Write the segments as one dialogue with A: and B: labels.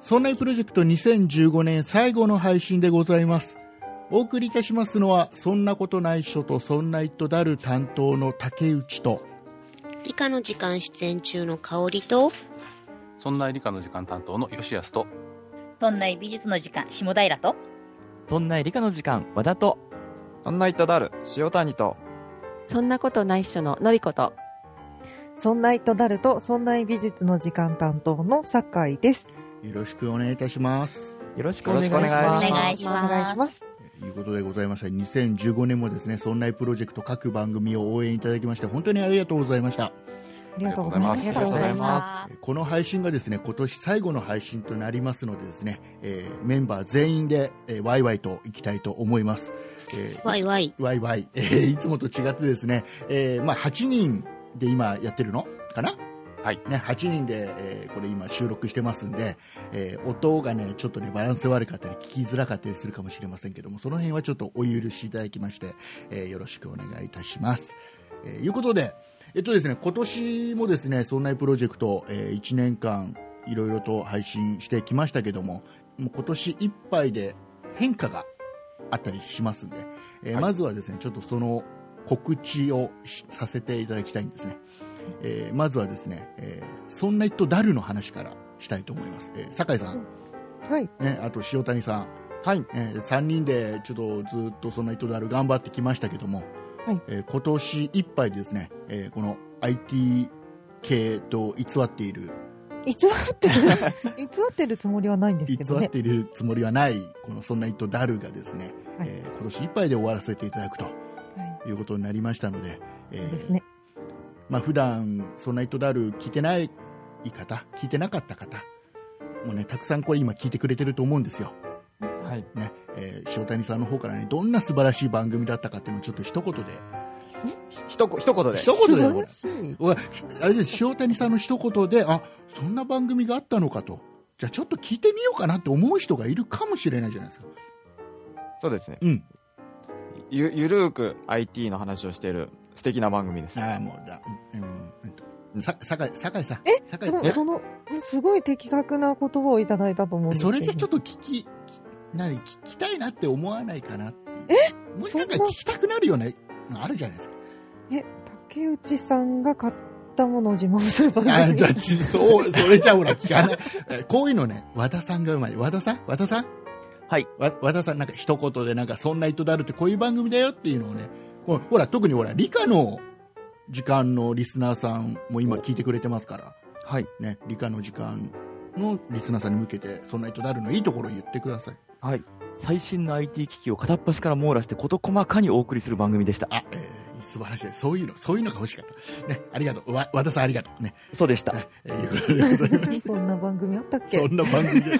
A: そんなプロジェクト2015年最後の配信でございます。お送りいたしますのは、そんなことないっしょとそんな一とだる担当の竹内と、
B: 理科の時間出演中の香りと、
C: そんな理科の時間担当の吉安と、
D: そんな美術の時間、下平と。
E: そんな理科の時間、和田と、
F: そんな糸だる、塩谷と、
G: そんなことないっしょののりこと。
H: そんな糸だると、そんな美術の時間担当の酒井です。
A: よろしくお願いいたします。
E: よろしくお願いしま。
F: よろしくお願いしますす
D: 願いし
H: お
D: ます
H: 願いします。
A: ということでございました。2015年もですね、そんなプロジェクト各番組を応援いただきまして、本当にありがとうございました。
H: ありがとうございました。
F: ありがとうござい
D: ま
A: この配信がですね今年最後の配信となりますのでですね、えーメンバー全員で、えーワイワイといきたいと思います、えー
B: ワイワイ。
A: ワイワイ、 えーいつもと違ってですね、えーまあ、8人で今やってるのかな
C: はい。
A: ね、8人で、えーこれ今収録してますんで、えー音がね、ちょっとね、バランス悪かったり、聞きづらかったりするかもしれませんけども、その辺はちょっとお許しいただきまして、えーよろしくお願いいたします。えーいうことで、えっとですね、今年もですね、そんなプロジェクト、え1年間、いろいろと配信してきましたけども、もう今年いっぱいで変化があったりしますんで、えー
C: はい
A: まずはですね、ちょっとその告知をしさせていただきたいんですね。えーまずはですね、えーそんな人だるの話からしたいと思います。えー酒井さん、
H: はい。
A: ね、あと塩谷さん、
F: はい、
A: え3人でちょっとずっとそんな人だる頑張ってきましたけども、
H: はい
A: えー今年いっぱいですね、えーこの IT 系と偽っている、
H: 偽ってる、 偽ってるつもりはないんです
A: 偽
H: けど
A: っ
H: ね。
A: ているつもりはない、このそんな人だるがですね、
H: はい
A: えー今年いっぱいで終わらせていただくと
H: は
A: いうことになりましたので、え
H: い。
A: ー
H: ですね。
A: まあ普段そんな人である聞いてない方聞いてなかった方もうねたくさんこれ今聞いてくれてると思うんですよ、
F: はい、
A: ねえー、塩谷さんの方からねどんな素晴らしい番組だったかっていうのをちょっと一言で
F: ひひとこ一言で。
A: 一言だよ
H: 素晴
A: これ
H: らしい。
A: うわあれです塩谷さんの一言であそんな番組があったのかとじゃあちょっと聞いてみようかなって思う人がいるかもしれないじゃないですか
F: そうですね。
A: うん
F: ゆ、ゆるーく IT の話をしている素敵な番組です。
A: ああもうだうんうんうんとさ酒井酒井さん酒井
H: その、その、すごい的確な言葉をいただいたと思うんですけ
A: そ
H: ど。
A: れじゃちょっと聞き、き何、聞きたいなって思わないかなっていう。えもうなんか
H: そんな
A: 聞きたくなるようなのあるじゃないですか。
H: え、竹内さんが買ったものを自慢する番組。
A: あ、だちそう、それじゃほら聞かない。 えこういうのね、和田さんがうまい。和田さん和田さん
E: はい。
A: わ和田さんなんか一言でなんかそんな人だるってこういう番組だよっていうのをね、こうほら、特にほら、理科の時間のリスナーさんも今聞いてくれてますから、
E: はい。
A: ね、理科の時間のリスナーさんに向けて、そんな人だるのいいところを言ってください。
E: 最新の IT 機器を片っ端から網羅して事細かにお送りする番組でした。
A: あ、えー素晴らしい。そういうの、そういうのが欲しかった。ね、ありがとう。わ、和田さんありがとう。ね。
E: そうでした。
A: えー いうことで
H: そんな番組あったっけ
A: そんな番組じゃ、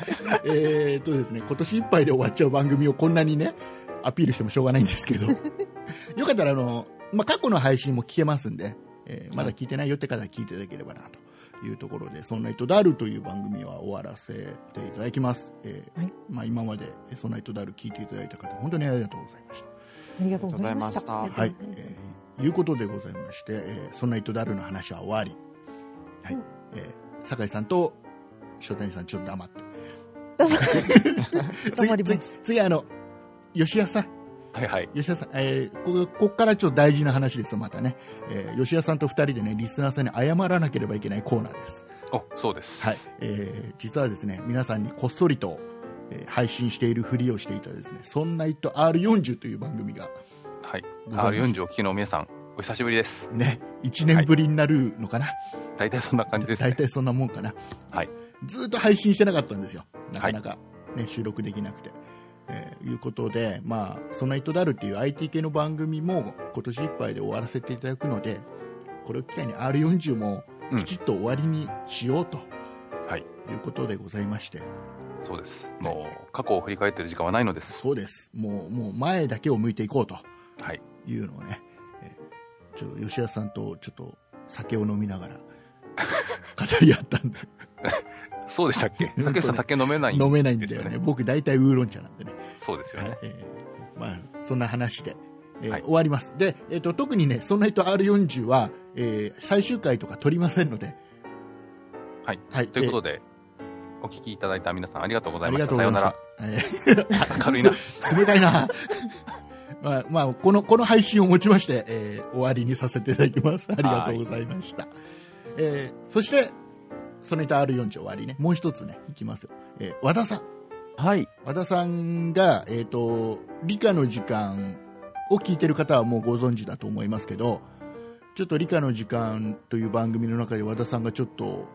A: えーっとですね、今年いっぱいで終わっちゃう番組をこんなにね、アピールしてもしょうがないんですけ ど、よかったら、あの、まあ、過去の配信も聞けますんで、えーまだ聞いてないよって方は聞いていただければな、というところで、そんな人だるという番組は終わらせていただきます。えー
H: はい
A: まあ、今まで、そんな人だる聞いていただいた方、本当にありがとうございました。
H: ありがとうございまし
F: あり
H: た。
F: がとうございま
A: は、
F: はい
A: えーいうことでございまして、えーそんな糸だるの話は終わり、はい
H: うん
A: えー酒井さんと塩谷さん、ちょっと黙って、
H: 頑張り
A: 次
H: ま
A: 次
H: す。
A: 次あの吉谷さん、
C: はいはい。
A: 吉谷さん、えーここここからちょっと大事な話ですよ、またね、えー吉谷さんと2人でね、リスナーさんに謝らなければいけないコーナーです。
C: お、そうです。
A: はいえー実はですね皆さんにこっそりと、えー配信しているふりをしていたですね「そんな糸 R40」という番組が
C: はい。
A: ございま
C: R40 をお聞きの皆さん、お久しぶりです。
A: ね1年ぶりになるのかな、
C: 大体そんな 感じです
A: 大
C: ね。
A: 体そんなもんかな、
C: はい
A: ずーっと配信してなかったんですよ、なかなか、ね収録できなくて。えーいうことで、まあ、そんな人だるっていう IT 系の番組も今年いっぱいで終わらせていただくので、これを機会に R40 も
C: うん
A: きちっと終わりにしようと、
C: はい
A: いうことでございまして、
C: そうです。もう、過去を振り返ってる時間はないのです。
A: そうです、もうもう前だけを向いていこうと
C: はい。
A: いうのをね、えーちょっと吉田さんとちょっと酒を飲み ながら語り合ったんで、
C: そうでしたっけ
A: うん
C: 竹内さん酒飲めない
A: 飲めないん
C: で
A: だ
C: す
A: よね、。僕、大体ウーロン茶なんでね。
C: そうですよね。
A: えーまあ、そんな話で、えー
C: はい
A: 終わります。で、えー、と特にね、そんな人 R40 は、 えー最終回とか取りませんので、
C: はい。
A: はい
C: ということで、お聞きいただいた皆さんありがとうござ
A: あ
C: い
A: り
C: ま
A: が
C: した。
A: とう
C: さ
A: ござ
C: よ
A: いう
C: な
A: ま
C: ら。
A: す。
C: 明るいな。
A: えー冷たいな。 まあ、まあ、この、この配信をもちまして、えー終わりにさせていただきます。ありがとうございました。えーそして、ソネタ R4 兆終わりね。もう一つね、いきますよ。えー和田さん。
E: はい。
A: 和田さんが、えっ、と、理科の時間を聞いてる方はもうご存知だと思いますけど、ちょっと理科の時間という番組の中で和田さんがちょっと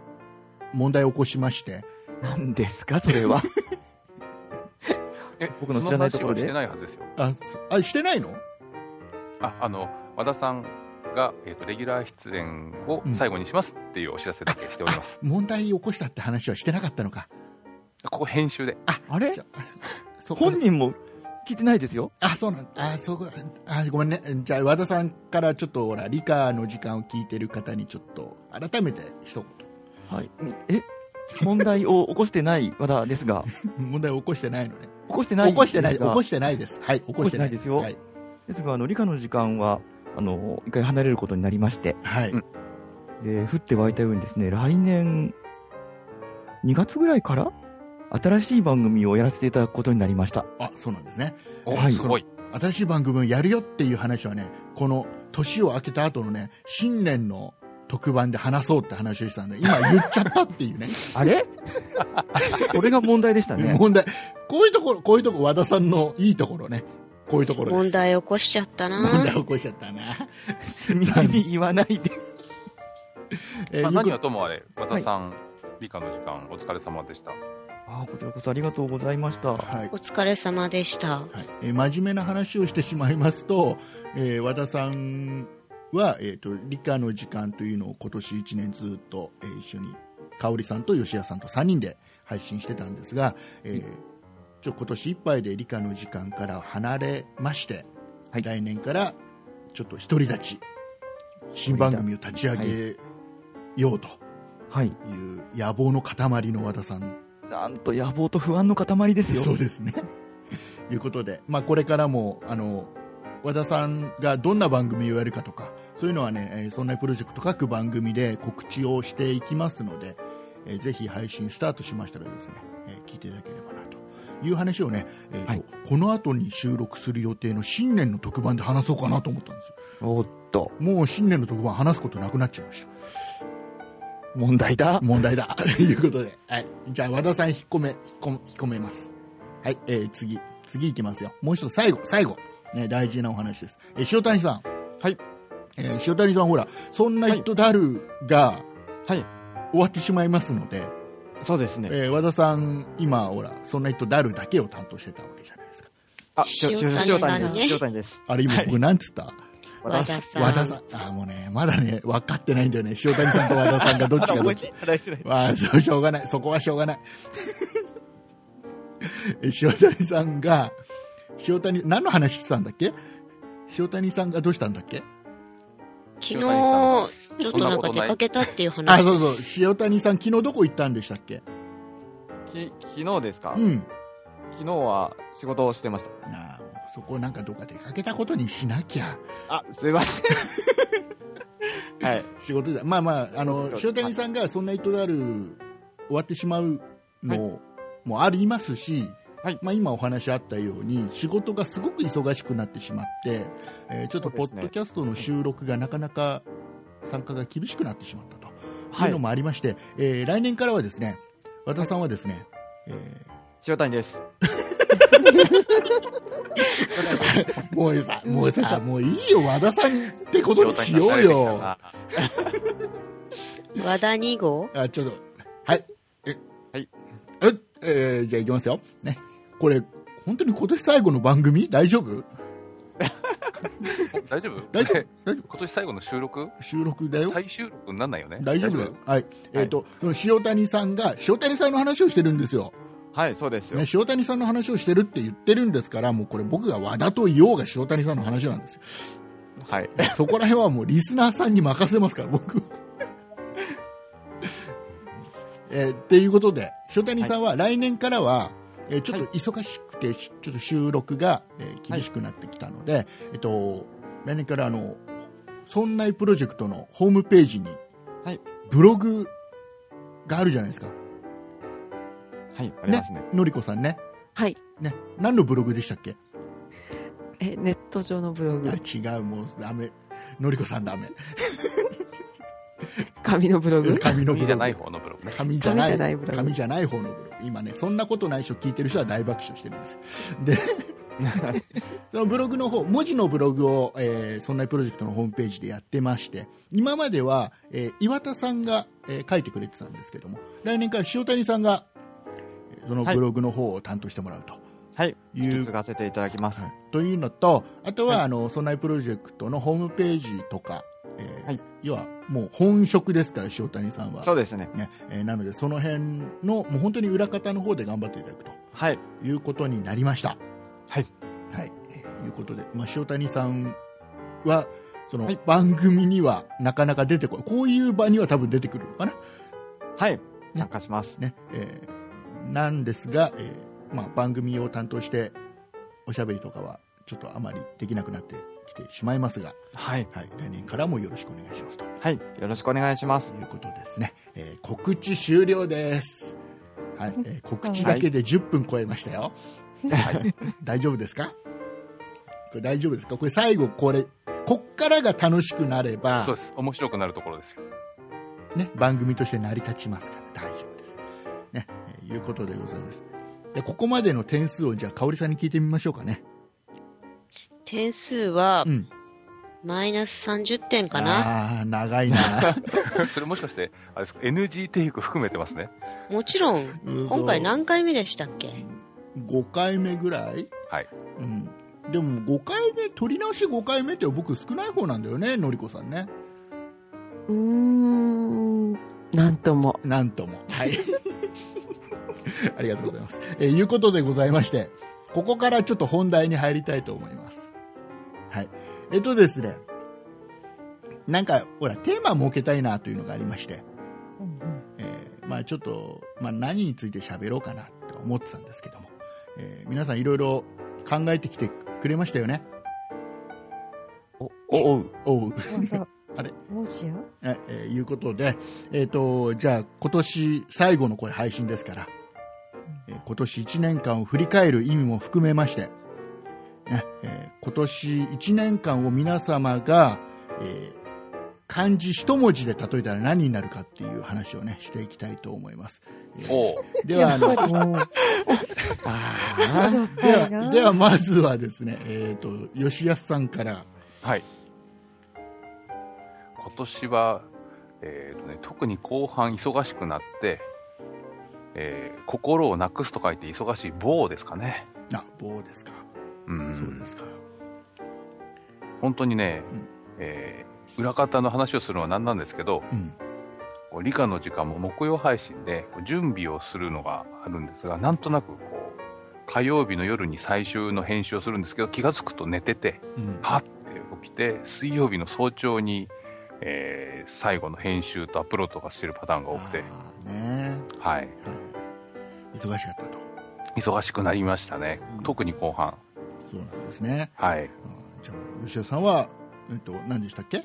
A: 問題を起こしまして、
E: 何ですか、それは。
C: え、
E: 僕の知らないところで
C: その話はしてないはずですよ。
A: あ、あしてないの
C: あ、あの、和田さんが、えっ、と、レギュラー出演を最後にしますっていうお知らせだけしております。
A: 問題起こしたって話はしてなかったのか。
C: ここ編集で。
E: あれ
A: じゃあそ
E: 本人も聞いてないですよ。
A: あ、そうなんあ、そうかあ、ごめんね。じゃあ、和田さんからちょっと、ほら、理科の時間を聞いてる方にちょっと、改めて一言。
E: はい。え問題を起こしてない 和田ですが、
A: 問題を起こしてないのね。
E: 起こしてない
A: 起こしてない、
E: で
A: 起
E: すが
A: こしてないです。はい、起こしてない
E: 起こして
A: は
E: ない
A: い。
E: ですが、あの、理科の時間は、あの、一回離れることになりまして、
A: はい。
C: うん
E: で、降って湧いたようにですね、来年、2月ぐらいから、新しい番組をやらせていただくことになりました。
A: あ、そうなんですね。
C: お、
E: はい
C: すごい。
A: 新しい番組をやるよっていう話はね、この年を明けた後のね、新年の特番で話そうって話をしたんで、今言っちゃったっていうね、
E: あれこれが問題でしたね。
A: 問題。こういうところ、こういうところ、和田さんのいいところね。こういうところで
B: 問
A: す。
B: 題起こしちゃった
A: 問
B: な
A: 題。起こしちゃったな。
E: しみじみ言わないで。
A: えー
C: ま
A: よ
C: あ、
A: く
C: 何はともあれ、和田さん、理科の時間、お疲れ 様でした。
E: ああ、こちらこそありがとうございました。
A: はい
B: お疲れ様でした。
A: はいえー真面目な話をしてしまいますと、えー和田さんは、えー、と理科の時間というのを今年1年ずっと、えー一緒に香織さんと吉谷さんと3人で配信してたんですが、えーちょ今年いっぱいで理科の時間から離れまして、
E: はい
A: 来年からちょっと独り立ち新番組を立ち上げようと
E: はい。
A: いう野望の塊の和田さん
E: なんと野望と不安の塊ですよ。
A: そうですね。 いうことで、まあ、これからもあの和田さんがどんな番組をやるかとかそういうのはね、えーそんなプロジェクト各番組で告知をしていきますので、えーぜひ配信スタートしましたらですね、えー聞いていただければなという話をね、えーと
E: はい
A: この後に収録する予定の新年の特番で話そうかなと思ったんですよ
E: おっと、
A: もう新年の特番話すことなくなっちゃいました
E: 問題だ。
A: 問題だ ということで、はい、じゃあ和田さん引っ込め引っ込め引っ込めますはい、えー、次次いきますよもう一つ最後最後、ね、大事なお話です、えー塩谷さん
F: はい、
A: えー塩谷さんほらそんな人だるが
F: はい。
A: 終わってしまいますので、
F: そうですね。
A: えー和田さん今ほらそんな人だるだけを担当してたわけじゃないですか
F: あ、
B: 塩谷
F: 塩谷
B: さ
F: で
B: ん
F: す。
B: ね
F: 塩谷です。
A: あれ今僕なんつった、
B: 和田さん。
A: 和田さんあーもうねまだね分かってないんだよね塩谷さんと和田さんがどっちがどっち
E: いただいてない。
A: まあ、そうしょうがない。そこはしょうがない。え塩谷さんが、塩谷、何の話してたんだっけ塩谷さんがどうしたんだっけ
B: 昨日、ちょっとなんか出かけたっていう
A: あ、
B: 話。
A: そうそう。塩谷さん、昨日どこ行ったんでしたっけ
F: き、昨日ですか、
A: うん。
F: 昨日は仕事をしてまし
A: あそこなんかどっか出かけたことにしなきゃ。
F: た。あ、すいません。はい。
A: 仕事で。まあまあ、あの、
F: そうそう
A: 塩谷さんがそんな人である、終わってしまうのも、ありますし、
F: はい
A: まあ、今お話あったように仕事がすごく忙しくなってしまって、えーちょっと
F: そう
A: ポ
F: です
A: ッ
F: ね
A: ドキャストの収録がなかなか参加が厳しくなってしまったとい
F: は
A: うの
F: い。
A: もありまして、えー来年からはですね和田さんはですね、え
F: 塩谷です。
A: ーもうさもうさもういいよ和田さんってこと
C: 塩
A: に
C: 谷
A: し
C: さん
A: よ
C: 慣
A: う
C: れてきた
A: よ
C: な。
B: 和田2号
A: あちょっとはいえ
F: はい
A: ええーじゃあいきますよねこれ本当に今年最後の番組大丈夫
C: 大丈夫
A: 大丈夫
C: これ
A: 大丈夫
C: 今年最後の収録
A: 収録だよ
C: 最終録になんないよね。
A: 大丈夫だよ。はい。えっ、と、その塩谷さんが、塩谷さんの話をしてるんですよ。
F: はい、そうですよ。
A: ね、塩谷さんの話をしてるって言ってるんですから、もうこれ僕が和田と言おうが塩谷さんの話なんですよ。
F: はい。
A: そこら辺はもうリスナーさんに任せますから、僕。えーっていうことで、塩谷さんは来年からは、えーちょっと忙しくて、しちょっと収録が、えー厳しくなってきたので、えっと、来年からあの、そんないプロジェクトのホームページに、
F: はい
A: ブログがあるじゃないですか。
F: はい、ありますね。
A: のりこさんね
G: はい。
A: ね何のブログでしたっけ
G: え、ネット上のブログ、
A: あ違うもうダメのりこさ んダメ
G: 紙のブログ。
A: 紙のブログ
C: 紙じゃない方のブログね。
A: 紙じゃな
G: 紙
A: い
G: じゃないブログ
A: 紙じゃない方のブログ今ねそんなことない人聞いてる人は大爆笑してるんです でそのブログの方文字のブログを、えーそんなプロジェクトのホームページでやってまして今までは、えー岩田さんが、えー書いてくれてたんですけども来年から塩谷さんがえーそのブログの方を担当してもらうと
F: はい、
A: い
F: 引
A: う
F: き継がせていただきます。
A: はいというのと、あとは、
F: はい
A: あの、そんないプロジェクトのホームページとか、えー
F: はい
A: 要はもう本職ですから、塩谷さんは。
F: そうですね。
A: ねえーなので、その辺の、もう本当に裏方の方で頑張っていただくと
F: はい、
A: いうことになりました。
F: はい。
A: はい。えーいうことで、まあ、塩谷さんは、その
F: はい
A: 番組にはなかなか出てこない。こういう場には多分出てくるのかな。
F: はい、参加します。
A: ねえーなんですが、えーまあ、番組を担当しておしゃべりとかはちょっとあまりできなくなってきてしまいますが、
F: はい、
A: はい、来年からもよろしくお願いしますとい
F: はい、よろしくお願いします。
A: うことですね、えー告知終了です、はいえー告知だけで10分超えましたよ、はい、大丈夫ですかこれ大丈夫ですかこれ最後これこっからが楽しくなれば
C: そうです。面白くなるところですよ。
A: ね、番組として成り立ちますから大丈夫です。ね、えーいうことでございます。でここまでの点数をじゃあ香織さんに聞いてみましょうかね。
B: 点数は
A: う、ん。
B: マイナス30点か
A: あ
B: な。
A: あー長いな。
C: それもしかして、あれですか、NG テイク含めてますね。
B: もちろん、今回何回目でしたっけ
A: ?5 回目ぐらい。
C: はい。
A: うん。でも5回目取り直し5回目って僕少ない方なんだよねのりこさんね。
G: うーん、なんとも。
A: なんとも。はい。 ありがとうございます。えーいうことでございまして、ここからちょっと本題に入りたいと思います。はい。えっとですね、なんか、ほら、テーマ設けたいなというのがありまして、
H: うんうん
A: えーまあちょっと、まあ何について喋ろうかなと思ってたんですけども、えー皆さんいろいろ考えてきてくれましたよね。
E: お、おう。
A: おう。
H: 本当
A: あれ
H: もしや
A: ええーいうことで、えっとじゃあ今年最後のこれ配信ですから、えー今年1年間を振り返る意味も含めまして、ねえー今年1年間を皆様が、えー漢字一文字で例えたら何になるかっていう話をねしていきたいと思います。えー
C: おう
A: ではあの
E: あ
H: やっ
A: で
H: ぱり
A: は
H: な
A: ではまずはですね、えっと吉安さんから
C: はい。今年は、えーとね、特に後半忙しくなって、えー心をなくすと書いて忙しい棒ですかね。
A: あ棒ですか、
C: う
A: そうんで。すか
C: 本当にね、
A: うん
C: えー裏方の話をするのは何なんですけど、
A: うん
C: こう理科の時間も木曜配信でこう準備をするのがあるんですが、なんとなくこう、火曜日の夜に最終の編集をするんですけど、気がつくと寝てて、
A: うん
C: はって起きて、水曜日の早朝に、えー最後の編集とアップロードとかしてるパターンが多くて、
A: あーね
C: はい、
A: はい忙しかったと
C: 忙しくなりましたね
A: うん、
C: 特に後半、
A: そうなんですね
C: は
A: う
C: い、
A: んじゃあ吉田さんは、えっと、何でしたっけ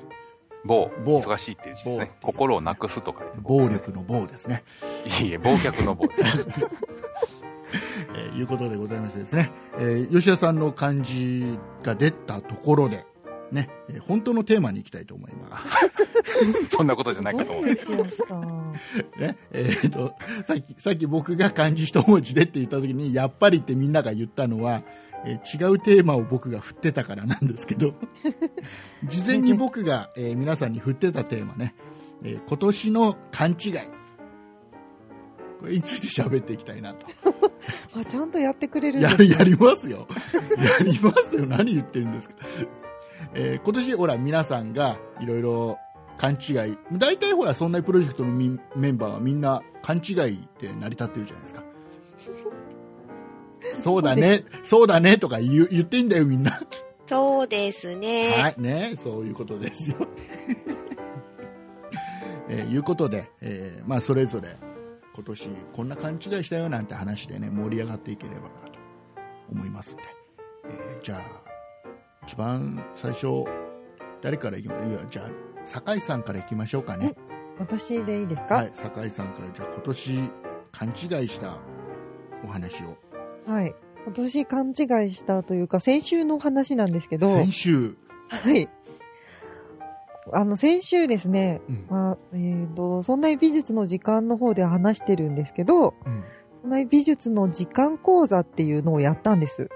C: 某、
A: 某
C: 忙しいっていう字ですね、
A: 某っていう字ですね
C: 心をなくすとか言って
A: 暴力の暴ですね、
C: いえ いえ、忘却の某です、
A: えーいうことでございましてですね、えー吉田さんの漢字が出たところでね、えー本当のテーマに行きたいと思います。
C: そんなことじゃないかと思って、
H: すごい吉安さん
A: ね、えーと、さっき、さっき僕が漢字一文字でって言った時に、やっぱりってみんなが言ったのは、えー違うテーマを僕が振ってたからなんですけど、事前に僕が、えー皆さんに振ってたテーマね、えー今年の勘違い。これについて喋っていきたいなと。
H: あちゃんとやってくれるん
A: や
H: です
A: やりますよ、 やりますよ、何言ってるんですか、えー今年ほら、皆さんがいろいろ勘違い、大体ほら、そんなプロジェクトのみメンバーはみんな勘違いって成り立ってるじゃないですか。 そうだね、そうだねとか言う言ってんだよ、みんな。
B: そうですね。
A: はい、ね、そういうことですよ。 えーいうことで、えーまあ、それぞれ今年こんな勘違いしたよなんて話でね盛り上がっていければなと思いますんで、えーじゃあ一番最初誰からいきましょういやじゃあ酒井さんからいきましょうかね、
H: 私でいいですか、
A: はい、酒井さんからじゃあ今年勘違いしたお話を
H: はい。私勘違いしたというか、先週の話なんですけど、は
A: 先週、
H: い。あの、先週ですね、
A: うん
H: まあ、えっ、と、そんな美術の時間の方で話してるんですけど、
A: うん
H: そんな美術の時間講座っていうのをやったんです。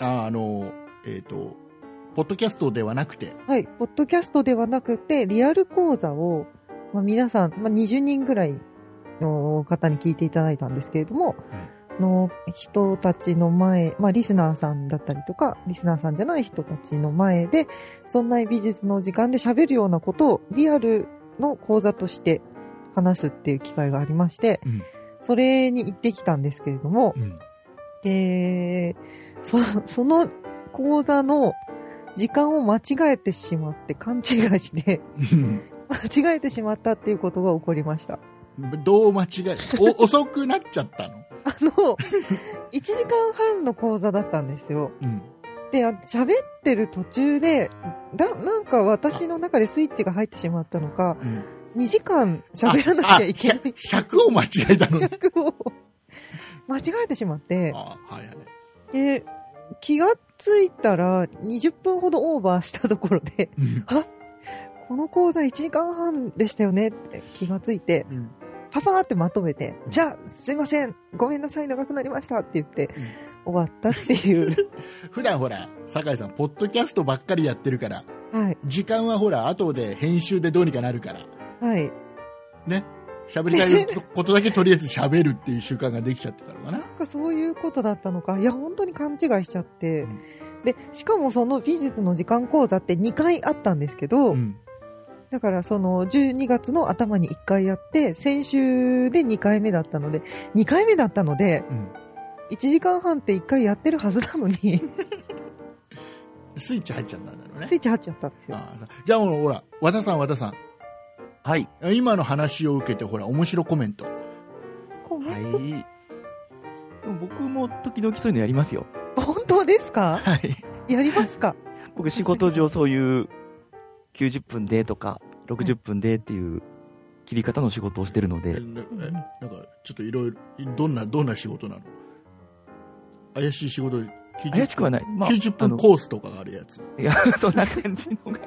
A: ああのえっ、とポッドキャストではなくて
H: はい。ポッドキャストではなくて、リアル講座を、まあ、皆さん、まあ、20人ぐらいの方に聞いていただいたんですけれども、の人たちの前、まあ、リスナーさんだったりとか、リスナーさんじゃない人たちの前で、そんな美術の時間で喋るようなことをリアルの講座として話すっていう機会がありまして、
A: うん
H: それに行ってきたんですけれども、
A: うん
H: で、そ その講座の時間を間違えてしまって、勘違いして、 間違えてしまったっていうことが起こりました。
A: どう間違えお 遅くなっちゃったの、
H: あの、1時間半の講座だったんですよ。
A: うん、
H: で、あ喋ってる途中で、だ、なんか私の中でスイッチが入ってしまったのか、
A: うん
H: 2時間喋らなきゃいけない
A: ああしゃ 尺を間違えたのね
H: 尺を間違えてしまって、
A: あはいはい
H: で、気がついたら20分ほどオーバーしたところで、
A: うん
H: この講座1時間半でしたよねって気がついて、
A: うん
H: パパーってまとめて、じゃあ、すいません、ごめんなさい、長くなりましたって言って、終わったっていう。
A: 普段ほら酒井さんポッドキャストばっかりやってるから
H: はい、
A: 時間はほら後で編集でどうにかなるから
H: はい。
A: 喋りたいことだけとりあえず喋るっていう習慣ができちゃってたのかな
H: なんかそういうことだったのか。いや、本当に勘違いしちゃって。
A: うん
H: で、しかもその美術の時間講座って2回あったんですけど、
A: うん
H: だからその12月の頭に1回やって、先週で2回目だったので、2回目だったので、
A: うん
H: 1時間半って1回やってるはずなのに、
A: スイッチ入っちゃったんだろうね
H: スイッチ入っちゃったんですよ。
A: ああじゃあほら和田さん和田さん
I: はい。
A: 今の話を受けてほら面白コメント
H: コメ
I: はい。
H: ン
I: で
H: ト、
I: も僕も時々そういうのやりますよ。
H: 本当ですか
I: はい。
H: やりますか
E: 僕仕事上そういう90分でとか60分でっていう切り方の仕事をしてるの
A: え
E: で、
A: なえ
H: ん
A: なんかちょっといろいろどんなどんな仕事なの怪しい仕事90
E: 怪しくはない。まあ、
A: 90
E: あ
A: 分
E: の
A: コースとかがあるやつ
E: いや、そんな感じのが。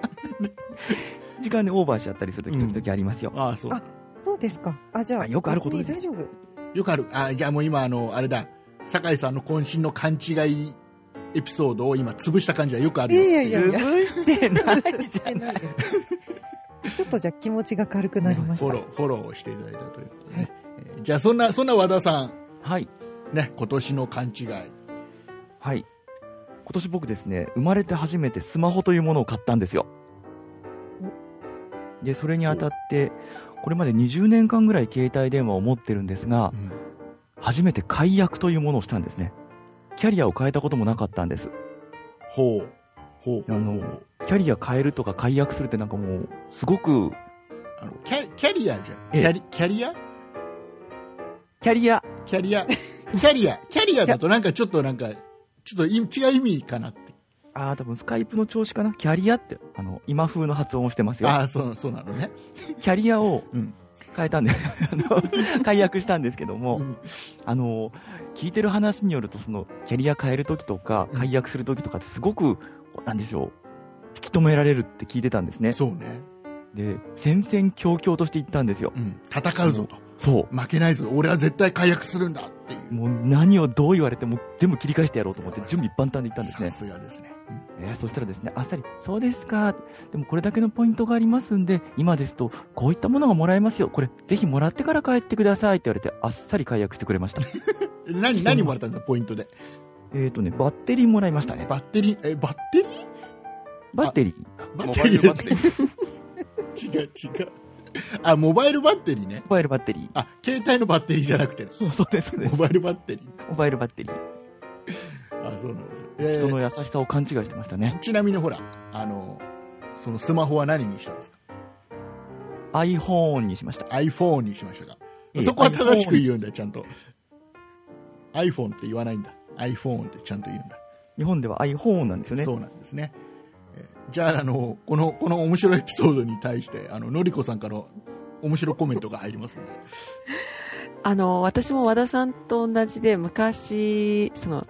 E: 時間でオーバーしちゃったりするとき、
A: うん
E: 時々ありますよ。
A: ああそう
H: あそうですか。あ、じゃあ、
E: あよくあることです
H: 別に大丈夫。
A: よくあるあじゃあもう今あのあれだ酒井さんの渾身の勘違いエピソードを今潰した感じはよくある
H: い
A: よ
H: やいやいやいや。
E: 分してないじ
H: してないです ちょっとじゃあ気持ちが軽くなりまし
A: フォ
H: た
A: ロ。ーフォローをしていただいたということでね、えーじゃあそんなそんな和田さん
E: はい。
A: ね今年の勘違い
E: はい。今年僕ですね、生まれて初めてスマホというものを買ったんですよ。で、それにあたって、これまで20年間ぐらい携帯電話を持ってるんですが、初めて解約というものをしたんですね。キャリアを変えたこともなかったんです。
A: ほうほうほう
E: あ
A: ほ
E: の
A: う、
E: キャリア変えるとか解約するってなんかもう、すごく、
A: あのキャキャリアじゃん
E: ええ
A: キャリキャリア
E: キャリア、
A: キャリア、キャリア、キャリアだとなんかちょっとなんか、ちょっとい違う意味かなって。
E: ああ、多分スカイプの調子かなキャリアって、あの、今風の発音をしてますよ。
A: ああ、そう、そうなのね。
E: キャリアを
A: うん
E: 変えたんで、あの解約したんですけども、
A: うん
E: あの、聞いてる話によると、その、キャリア変えるときとか、
A: うん
E: 解約するときとかってすごく、なんでしょう、引き止められるって聞いてたんですね。
A: そうね。
E: で、戦々恐々として行ったんですよ
A: う。ん。戦うぞと。
E: そ。
A: 負けないぞ。俺は絶対解約するんだっていうう。
E: もう何をどう言われても全部切り返してやろうと思って準備万端で行ったんです
A: さ
E: ね。
A: すがですね。
E: えーそしたらですね、あっさり、そうですか。でもこれだけのポイントがありますんで、今ですと、こういったものがもらえますよ。これ、ぜひもらってから帰ってくださいって言われて、あっさり解約してくれました。
A: うん、え 何、何もらったんだ、ポイントで。
E: えっとね、バッテリーもらいましたね。
A: バッテリー、え、バッテ
E: バッテリー。
A: バッ
C: モ
A: テ
C: バイ
A: リ
C: ルバッテ
A: ー
C: リー。
A: 違う、違う。あ、モバイルバッテリーね。
E: モバイルバッテリー。
A: あ、携帯のバッテリーじゃなくて、
E: そうそうです、そうで
A: モ
E: す。
A: バイルバッテリー。
E: モバイルバッテリー。
A: あ、そうなんですよ。え
E: 人の
A: ー
E: 優しさを勘違いしてましたね。
A: ちなみにほら、あの、そのスマホは何にしたんですか
E: iPhone にしました。
A: iPhone にしましたか
E: ええ
A: そこは正しく言うんだよ、ちゃんと。iPhone って言わないんだ。iPhone ってちゃんと言うんだ。
E: 日本では iPhone なんですよね。
A: そうなんですね。えーじゃあ、あの、この、この面白いエピソードに対して、あの、のりこさんからの面白コメントが入りますんで。
G: あの、私も和田さんと同じで、昔、その、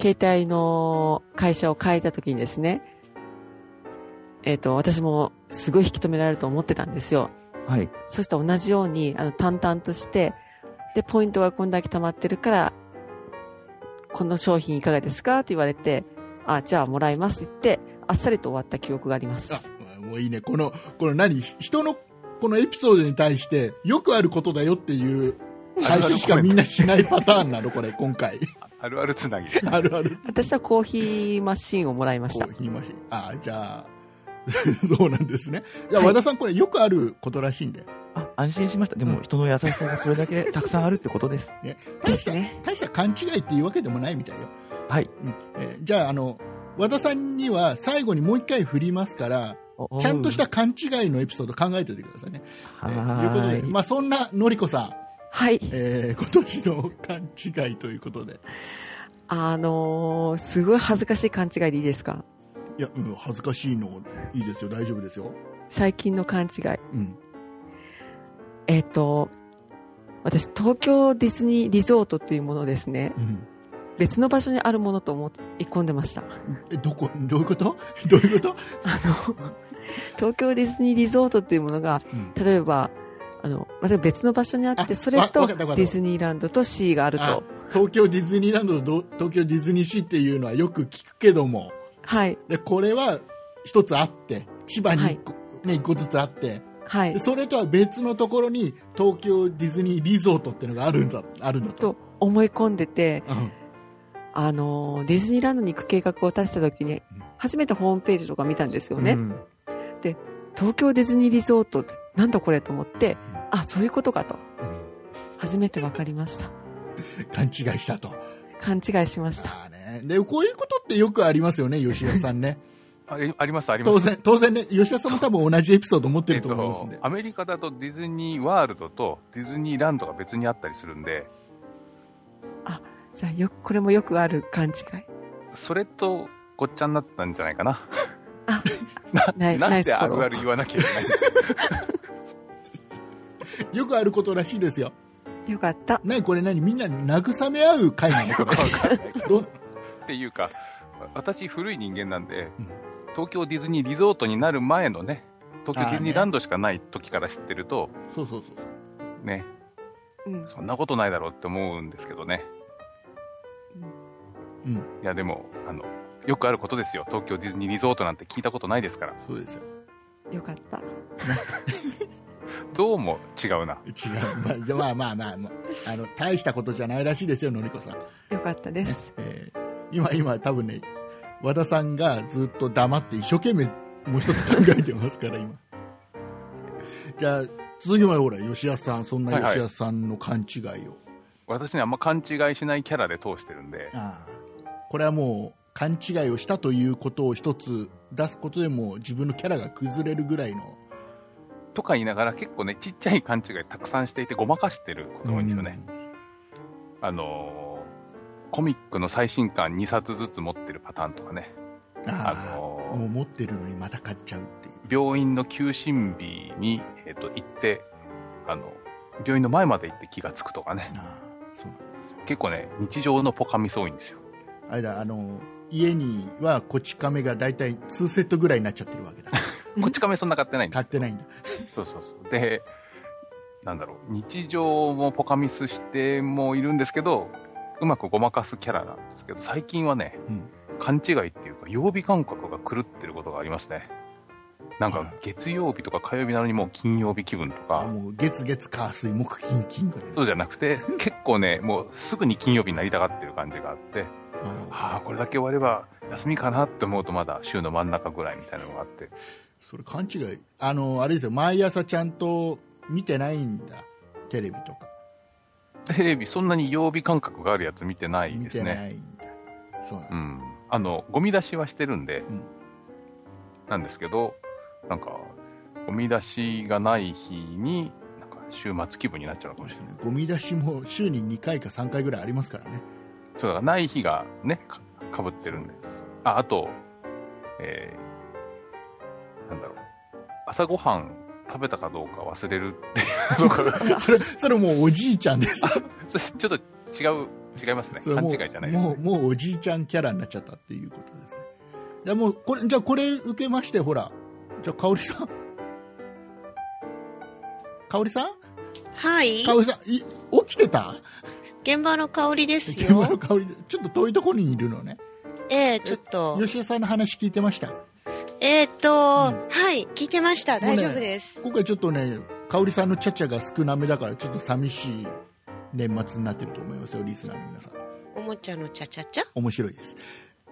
G: 携帯の会社を変えた時にですね、えっ、と、私もすごい引き止められると思ってたんですよ。
E: はい。
G: そしたら同じように、あの、淡々として、で、ポイントがこんだけ溜まってるから、この商品いかがですかって言われて、あ、じゃあもらいますって言って、あっさりと終わった記憶があります。
A: あ もういいね、この、この何、ひ人のこのエピソードに対して、よくあることだよっていう配信しかみんなしないパターンなの、これ、今 回。
C: あるあるつなぎ。
A: あるある。
G: 私はコーヒーマシーンをもらいました
A: こう。言いましたあじゃあ、そうなんですね。いや、和田さん、これ、よくあることらしいんで。
E: あ、安心しました。でも人の優しさがそれだけたくさんあるってこと です。
A: 大した、
G: ね。
A: 大した勘違いっていうわけでもないみたいよ。
E: はい。
A: うんえーじゃあ、あの、和田さんには最後にもう一回振りますから、
E: お
A: ちゃんとした。勘違いのエピソード考えておいてくださいね。え
E: は
A: ーということ
E: ー
A: で、
E: い。
A: まあ、そんなのりこさん、
G: はい。
A: えー今年の勘違いということで。
G: あのー、すごい恥ずかしい勘違いでいいですか
A: いや、うん、恥ずかしいのいいですよ、大丈夫ですよ。
G: 最近の勘違い。
A: うん。
G: えっ、と、私、東京ディズニーリゾートっていうものをですね、
A: うん、
G: 別の場所にあるものと思い込んでました。
A: え、どこ、どういうこと どういうこと
G: あの、東京ディズニーリゾートっていうものが、
A: うん
G: 例えば、あの、また別の場所にあっ
A: あ
G: て、それ
A: わわ
G: と
A: か
G: デ
A: ったわかった
G: ィズニーランドとシーがある
A: あ
G: と。
A: 東京ディズニーランドとど東京ディズニーシーっていうのはよく聞くけども、
G: はい、
A: でこれは一つあって、千葉に
G: は
A: 一
G: い
A: 個,、ね、一個ずつあって、
G: はい
A: で。それとは別のところに東京ディズニーリゾートっていうのがあるんだあるんだと。
G: と思い込んでて、
A: うん
G: あの、ディズニーランドに行く計画を立てた時に、初めてホームページとか見たんですよね。
A: うん
G: 東京ディズニーリゾートってなんだこれと思って、あ、そういうことかと。初めて分かりました。
A: 勘違いしたと。
G: 勘違いしました。
A: あーね、でこういうことってよくありますよね、吉田さんね。
C: ありあります、あります。
A: 当然、当然ね、吉田さんも多分同じエピソード持って
C: え
A: る
C: っ
A: と思いますん
C: と
A: で、。
C: アメリカだとディズニーワールドとディズニーランドが別にあったりするんで、
G: じゃあよ、これもよくある勘違い。
C: それとごっちゃになったんじゃないかな。
G: ナイナ
C: な
G: イ
C: ん
G: ス
C: で
G: フ
C: あ
G: ォロ
C: るあ
G: ー。
C: る言わなきゃいけない
A: よくあることらしいですよ。
G: よかった。
A: 何これ何みんな慰め合う会なの
C: のか
A: これ
C: わかんないけど
A: ど
C: っていうか、私、古い人間なんで、
A: うん
C: 東京ディズニーリゾートになる前のね、東京ディズニ
A: あーね
C: ーランドしかない時から知ってると、
A: そうそうそうそう。
C: ね、
G: うん。
C: そんなことないだろうって思うんですけどね。
A: うん
C: いや、でも、あの、よくあることですよ。東京ディズニーリゾートなんて聞いたことないですから。
A: そうですよ。
G: よかった。
C: どうも違うな。
A: 違う。まあ、じゃあまあまあまあ、まあ、あの、大したことじゃないらしいですよ、のりこさん。
G: よかったです。
A: えー今、今、多分ね、和田さんがずっと黙って一生懸命もう一つ考えてますから、今。じゃあ、続きまでほら、吉安さん、そんな吉安さんの勘違いを。
C: 私ね、あんま勘違いしないキャラで通してるんで、
A: ああこれはもう、勘違いをしたということを一つ出すことでもう自分のキャラが崩れるぐらいの。
C: とか言いながら結構ね、ちっちゃい勘違いたくさんしていてごまかしてることが多いんですよね。あのーコミックの最新刊2冊ずつ持ってるパターンとかね、
A: ああ
C: あのー
A: もう持ってるのにまた買っちゃうっていう。
C: 病院の休診日に、えっと行ってあの、病院の前まで行って気がつくとかね、
A: ああそうなんだ
C: 結構ね、日常のポカミソ多いんですよ。
A: あれだあの家にはこち亀が大体2セットぐらいになっちゃってるわけだ
C: こっち亀そんな買ってないんで
A: 買
C: す
A: ってないんだ
C: そうそうそう。で、なんだろう、日常もポカミスしてもいるんですけど、うまくごまかすキャラなんですけど、最近はね、
A: うん
C: 勘違いっていうか、曜日感覚が狂ってることがありますね。なん
A: はい
C: か、月曜日とか火曜日なのにもう金曜日気分と
A: あ
C: か、
A: もう月月火水木金金ぐらい
C: そうじゃなくて、 結構ね、もうすぐに金曜日になりたがってる感じがあって、
A: ああ
C: ああ、これだけ終われば休みかなって思うとまだ週の真ん中ぐらいみたいなのがあって、
A: それ勘違いあのあれですよ毎朝ちゃんと見てないんだテレビとか
C: テレビそんなに曜日感覚があるやつ見てない
A: 見
C: です
A: て
C: ね。
A: ないんだそうなん
C: う
A: だ、
C: ん、あのゴミ出しはしてるんで、
A: ん
C: なんですけどなんかゴミ出しがない日になんか週末気分になっちゃうのかもしれない
A: ゴミ出しも週に2回か3回ぐらいありますから ね
C: そうだからない日がねかかぶってるんでああとえーなんだろう朝ごはん食べたかどうか忘れるっていうの が
A: それ、それもうおじいちゃん です。
C: それちょっと違う、違いますね。
A: それ
C: 勘
A: もう
C: 違いじゃないです
A: もう、
C: ね。
A: もうおじいちゃんキャラになっちゃったっていうことですね。いやもう、これ、じゃあこれ受けまして、ほら。じゃあ、かおりさん。かおりさん
B: はい
A: か。おりさん、い起きてた
B: 現場の香りです
A: 現場の
B: よ。
A: 香りでちょっと遠いところにいるのね。
B: ええちょっと。
A: 吉田さんの話聞いてました。
B: えーっと、
A: うん
B: はい、聞いてまし
A: も
B: た。
A: うね
B: 大丈夫です。
A: 今回ちょっとね、かおりさんのちゃちゃが少なめだから、ちょっと寂しい年末になってると思いますよ、リスナーの皆さん。
B: おもちゃのちゃちゃちゃ。
A: 面白いです。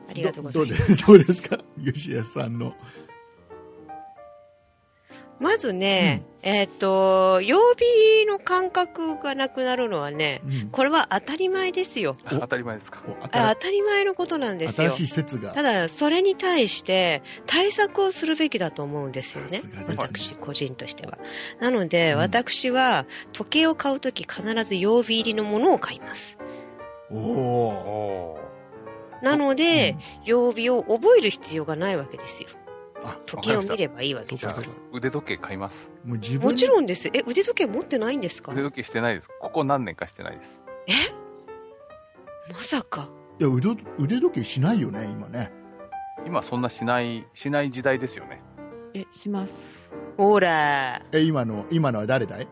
B: ありがとうございます。
A: どどうでどうですか吉田さんの。
B: まずね、えーっと、曜日の感覚がなくなるのはね、
A: うん
B: これは当たり前ですよ。
A: もう
C: 当たり前ですか。
A: こう
B: あ
A: 新
B: 当たり前のことなんです
A: 新
B: よ
A: し。い施設が
B: た。だ、それに対して対策をするべきだと思うんですよね
A: さすが。ですね
B: 私、個人としては。なので、
A: うん
B: 私は時計を買うとき必ず曜日入りのものを買います。
A: お
C: お
A: お
C: お
B: なので、曜日を覚える必要がないわけですよ。
C: ー。あ、
B: 時計を見れ
C: ば。
B: ばいいわけ
A: そう
B: です
A: か
B: か
A: そう
B: ら
A: か。
C: 腕時計買います。
A: もう自分
B: もちろんです。え、腕時計持ってないんですか
C: 腕時計してないです。ここ何年かしてないです。
B: えまさか。
A: いや腕腕時計しないよね今ね
C: 今そんなしない、しない時代ですよね。
G: え、します。
B: ほら。
A: え今の今のは誰だい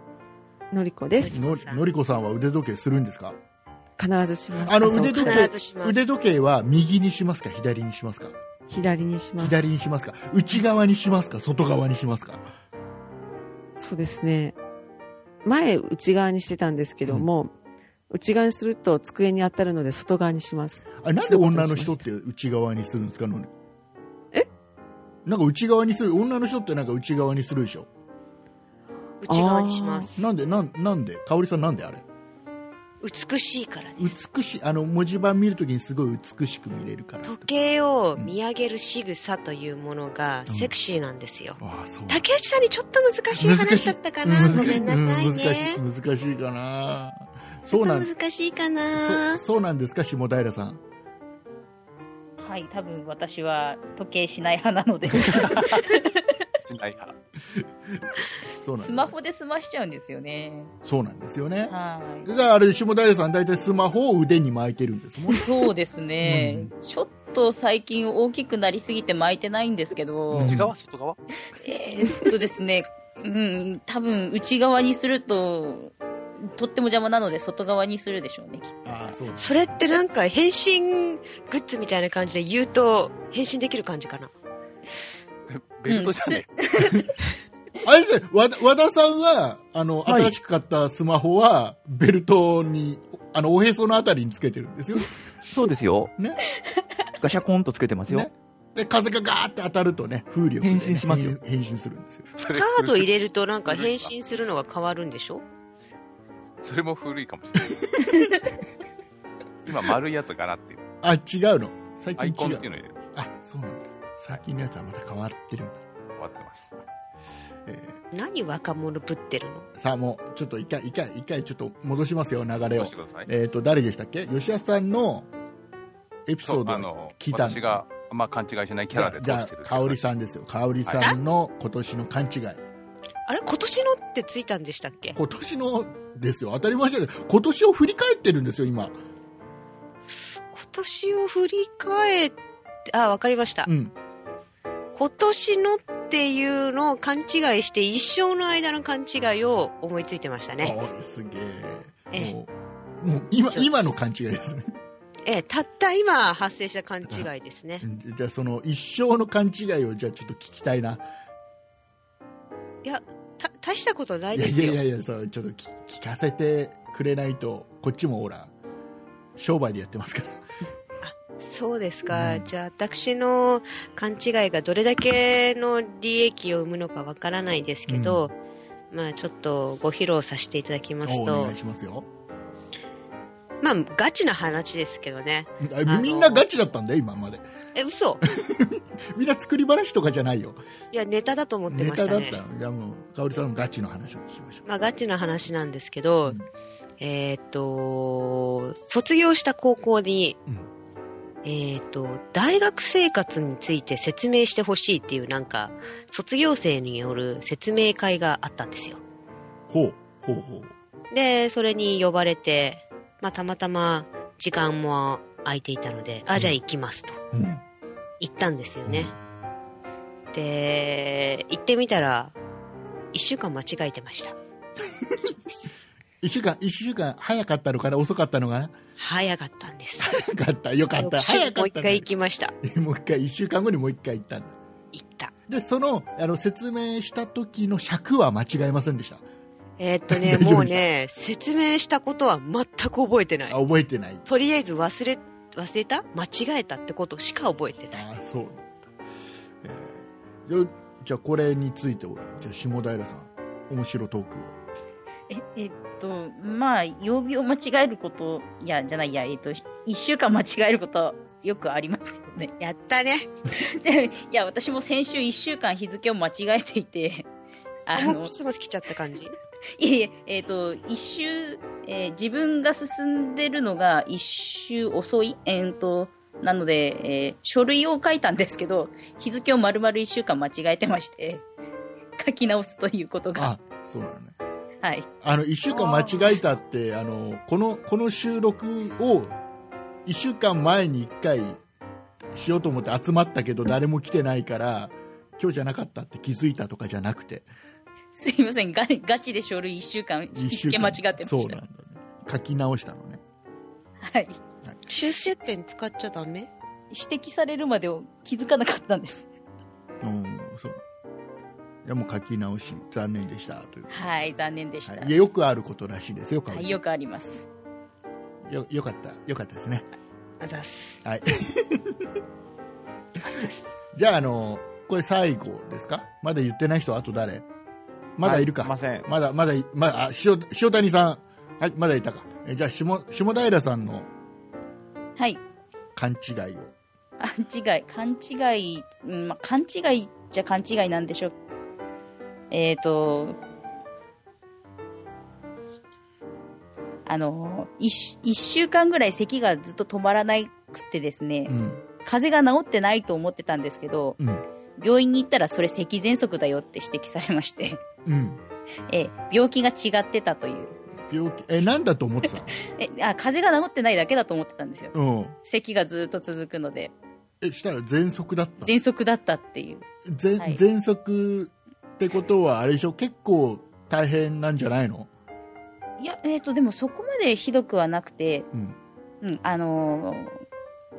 G: のりこです。
A: ののりこさんは腕時計するんですか
G: 必ずします。
A: あの
G: 朝
A: 腕
G: 起き
A: 時
G: た
B: 計
G: ら
B: 必ずします
A: 腕時計は右にしますか左にしますか
G: 左にします。
A: 左にしますか内側にしますか外側にしますか
G: そうですね。前、内側にしてたんですけども、内側にすると机に当たるので外側にします。
A: あなんで女の人って内側にするんですかのり
G: え
A: なんか内側にする女の人ってなんか内側にするでしょ
B: 内側にします。
A: なんでなんなんで香織さんなんであれ
B: 美しいからです。
A: 美しいあの文字盤見るときにすごい美しく見れるから
B: 時計を見上げる仕草というものがセクシーなんですよ。
A: ああそう
B: 竹内さんにちょっと難しい話だったかな。
A: 難し
B: ごめんなさい
A: うん難し
B: ね。
A: い難しいかな
B: ちょ
A: そ
B: っ
A: うな
B: と
A: んそ
B: 難しいかな。
A: そうなんですか下平さん
D: はい、多分私は時計しない派なので、 ス
C: しない派。
A: そうなんです
D: マホで済ましちゃうんですよね。
A: そうなんですよね
D: は
A: だからあれ下平さん大体スマホを腕に巻いてるんですもん
D: い。そうですね。ちょっと最近大きくなりすぎて巻いてないんですけど、
A: うん
C: 内側外側
D: えーっとですね、うん、多分内側にすると、とっても邪魔なので外側にするでしょうね、きっと。
A: ああそう
B: それってなんか変身グッズみたいな感じで言うと変身できる感じかな。
C: ベルトじゃねえ。
A: あれですね和田和田さんはあの
I: はい
A: 新しく買ったスマホはベルトにあのおへそのあたりにつけてるんですよ
I: そうですよ。
A: ね
I: ガシャコンとつけてますよ。
A: ねで風がガーって当たるとね風力で、ね、
I: 変身しますよ
A: 変変身するんですよ
C: カ
B: カード入れるとなんか変身するのが変わるんでしょ
C: それも古いかもしれない。 今、丸いやつ柄っていう。
A: あ違うの最
C: アイコ
A: 近
C: ン
A: 違
C: っていう
A: う
C: の入れる。
A: あそうなんだ最近のやつはまた変わってるんだ、
C: 終わってます。
A: えー
B: 何若者ぶってるの
A: さあもうちょっと一回一回一回ちょっと戻しますよ流れ
C: ど
A: を
C: うしてください。
A: えっ、と誰でしたっけ吉田さんのエピ
C: そ
A: ソ
C: う、あ
A: ードを
C: の、
A: 聞いたんで
C: 私が、まあ、勘違いしないキ
A: じ
C: ャ
A: ゃあ
C: ラで
A: じゃあ香織
C: ん。
A: さんですよ香織さんの今年の勘違い
B: あれ今年のってついたんでしたっけ
A: 今年のですよ当たり前じゃない今年を振り返ってるんですよ今
B: 今年を振り返って、あ、わかりました
A: う。ん
B: 今年のっていうのを勘違いして一生の間の勘違いを思いついてましたね。
A: おいすげ
B: え
A: え
B: え
A: もうもう今
B: 以上です
A: 今の勘違いですね
B: ええ、たった今発生した勘違いですね。
A: じゃあその一生の勘違いをじゃあちょっと聞きたいない
B: た、大したことない
A: い
B: で
A: や
B: す
A: い
B: よ。
A: やいやいやそうちょっと聞聞かせてくれないとこっちもほら商売でやってますから
B: そうですか、
A: うん
B: じゃあ私の勘違いがどれだけの利益を生むのかわからないですけど、まあちょっとご披露させていただきます
A: おお
B: と
A: 願いしますよ
B: まあガチな話ですけどね
A: あ
B: の
A: みんなガチだったんだよ今 まで
B: え 嘘
A: みんな作り話とかじゃないよ
B: いやネタだと思って
A: ネ
B: まし
A: タ
B: た
A: だっ
B: ね
A: たのじゃあもう香織さんのガチの話を聞きましょう
B: まあガチな話なんですけ
A: う
B: ど、
A: ん
B: えーっと卒業した高校に
A: うん
B: えっ、と、大学生活について説明してほしいっていう、なんか、卒業生による説明会があったんですよ。
A: ほうほうほう
B: で、それに呼ばれて、まあ、たまたま時間も空いていたので、あ、じゃあ行きますと。
A: うん
B: 行ったんですよね。で、行ってみたら、一週間間違えてました。
A: 一週間一週間早かったのかな遅かったのかな
B: 早かったんです。
A: 早かったよかった早か
B: もう
A: っ
B: 一
A: た
B: 回行きました。
A: ね もう一回一週間後にもう一回行ったんだ
B: 行った。
A: でそのあの説明した時の尺は間違えませんでした
B: えーっとね、
A: 大丈夫でした
B: もうね、説明したことは全く覚えてな
A: あ
B: い。
A: 覚えてない
B: とりあえず忘れ、忘れた間違えたってことしか覚えてない。
A: ああそうなんだ、えーよじゃあこれについて俺じゃあ下平さん面白トークを
D: ええっと、まあ、曜日を間違えること、いや、じゃない、いや、えっと、一週間間違えること、よくありますよね。
B: やったね。
D: で いや、私も先週一週間日付を間違えていて、あ
B: もう
D: の
B: クリ、スマス来ちゃった感じ。
D: いえいえ、えっ、と、一周、えー自分が進んでるのが一周遅い、えー、と、なので、えー書類を書いたんですけど、日付を丸々一週間間違えてまして、書き直すということが、
A: あそうなのね
D: はい。
A: あの1週間間違えたってあのこのこの収録を1週間前に1回しようと思って集まったけど誰も来てないから今日じゃなかったって気づいたとかじゃなくて
D: すいません、ガガチで書類一週間、
A: 一
D: 日付間違ってま
A: そう
D: し
A: な
D: た
A: ん。だ、ね、書き直したのね
D: はい。
B: 修正ペン使っちゃダメ
D: 指摘されるまでを気づかなかったんです。
A: うんそういやもう書き直し残念でしたという、
D: はい、残念でした。
A: は
D: はい
A: い、いやよくあることらしいですよ、川口
D: よくあります。
A: よよかったよかったですね
B: あざっす。
A: はい
B: あざっす。
A: じゃああのこれ最後ですかまだ言ってない人あと誰まだいるか、
F: はいいません。
A: まだまだい、まだ、あ塩塩谷さん、
F: はい
A: まだいたか。えじゃあ下、下平さんの
D: はい。
A: 勘違いを。
D: 勘違い、勘違い、うんまあ、勘違いっちゃ勘違いなんでしょう。えっ、と、あの、一一週間ぐらい咳がずっと止まらなくてですね
A: う、ん。
D: 風邪が治ってないと思ってたんですけど、
A: うん。
D: 病院に行ったらそれ咳喘息だよって指摘されまして、
A: うん。
D: えー病気が違ってたという。
A: 病気、え、なんだと思ってた
D: え、あ、風邪が治ってないだけだと思ってたんです よ。
A: のうん。
D: 咳がずっと続くので、
A: え、したら喘息だった。
D: 喘息だったっていう。
A: ぜん
D: はい
A: 喘息ってことは、あれでしょ、結構大変なんじゃないの
D: いや、えっ、と、でもそこまでひどくはなくて、
A: うん。
D: うん、あのー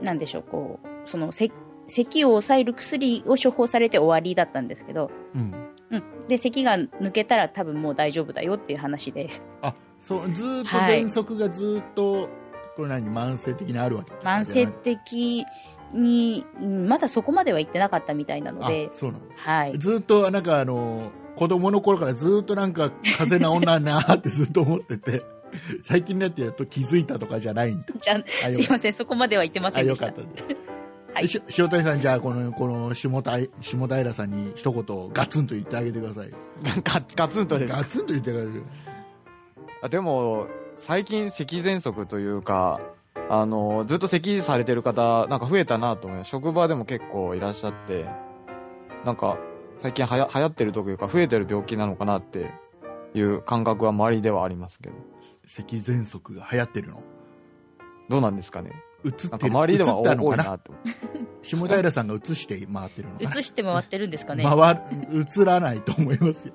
D: なんでしょう、こう、その、せ、咳を抑える薬を処方されて終わりだったんですけど、
A: うん。
D: うん。で、咳が抜けたら多分もう大丈夫だよっていう話で、
A: あ、そう、ずーっと
D: はい
A: 喘息がずーっと、これ何、慢性的にあるわけ
D: 慢性的に、うんまだそこまでは行ってなかったみたいなの
A: あ
D: で、、
A: そうなんだ。
D: はい。
A: ずーっと、なんかあの、子供の頃からずーっとなんか風邪治んないなーってずっと思ってて、 最近になってやっと気づいたとかじゃないんだ。
D: じゃあ
A: あ
D: すいません、そこまでは行ってませ
A: あ
D: んで
A: よ
D: した。
A: かったです。
D: はい
A: し塩谷さん、じゃあこのこの下平下平さんに一言、ガツンと言ってあげてください。
F: ガガツンとです
A: ガツンと言ってください。
F: あでも、最近、咳喘息というか、あの、ずっと咳されてる方、なんか増えたなと思います。職場でも結構いらっしゃって、なんか、最近はや流行ってるというか、増えてる病気なのかなっていう感覚は周りではありますけど。
A: 咳喘息が流行ってるの。
F: どうなんですかね
A: 映ってる
F: なんか周りでは
A: 映っ
F: 多
A: たの
F: 多
A: か
F: い
A: な
F: なと。
A: 下平さんが映して回ってるのかな
D: 移して回ってるんですかね。
A: 回る映らないと思います よ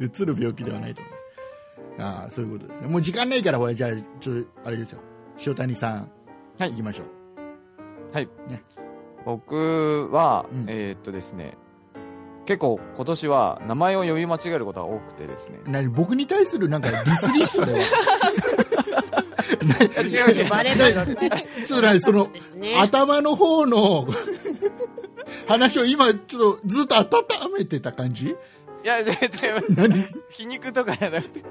A: 映る病気ではないと思いますああそういうことですねもう時間ないからほらじゃあちょあれですよ塩谷さん
F: はい
A: 行きましょう
F: 僕は、
A: うん
F: えーっとですね、結構今年は名前を呼び間違えることが多くてですね。
A: 何僕に対するなんかディスリーそれ は
F: いや違う違う
B: バレバレだった。
A: ちょっとねその
B: ですね。
A: 頭の方の話を今ちょっとずっと温めてた感じ
F: いや、全然、
A: 何
F: 皮肉とかじゃなくて、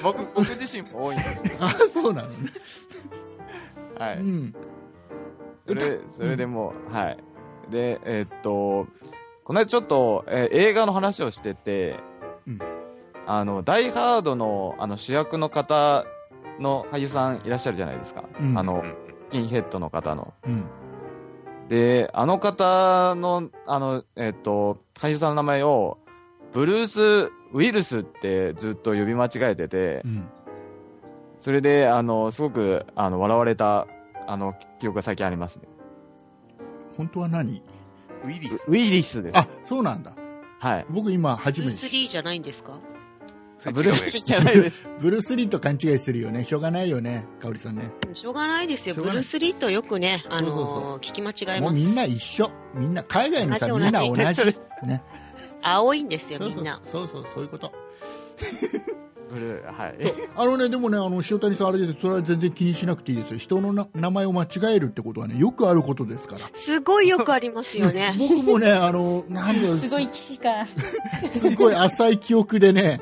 F: 僕、僕自身も多いんですけど、
A: あそうなのね、
F: は
A: う
F: い。
A: ん
F: それ、それでもう、はい。で、えーっと、この間ちょっと、えー映画の話をしてて、
A: うん
F: あの、ダイハードの、あの、主役の方の俳優さんいらっしゃるじゃないですか。
A: うん
F: あの、
C: うん
F: スキンヘッドの方の。
A: うん。
F: で、あの方の、あの、えっ、と、俳優さんの名前を、ブルース・ウィルスってずっと呼び間違えてて
A: う、ん。
F: それで、あの、すごく、あの、笑われた、あの、記憶が最近ありますね。
A: 本当は何
C: ウィリス。
F: ウィリスです。
A: あ、そうなんだ。
F: はい。
A: 僕今初
B: ブ
A: め
B: ルー
A: て
B: ス・
A: 知っ
B: リーじゃないんですか
C: それ
F: ブルー
C: 違う
F: ス
C: 映画
F: じゃないです。
A: ブルース・リーと勘違いするよね。しょうがないよね。かおりさんね。
B: しょうがないですよ。
A: しょう
B: ブ
A: がない
B: ルース・リーとよくね、あのー
A: そうそうそ
B: 聞き間違え
A: もう
B: ます。
A: みんな一緒。みんな、海外のさ、
B: 同
A: み
B: じ
A: んな同じ。 ね。
B: 青いんですよ、
A: そう
B: み
A: そ
B: ん
A: う
B: な。
A: そうそう、そういうこと。
F: ブルー、はい。
A: あのね、でもね、あの、塩谷さんあれですよ。それは全然気にしなくていいですよ。人のな名前を間違えるってことはね、よくあることですから。。
B: すごいよくありますよね
A: 僕もね、あの、なんだろう
D: すごい騎士感。
A: すごい浅い記憶でね、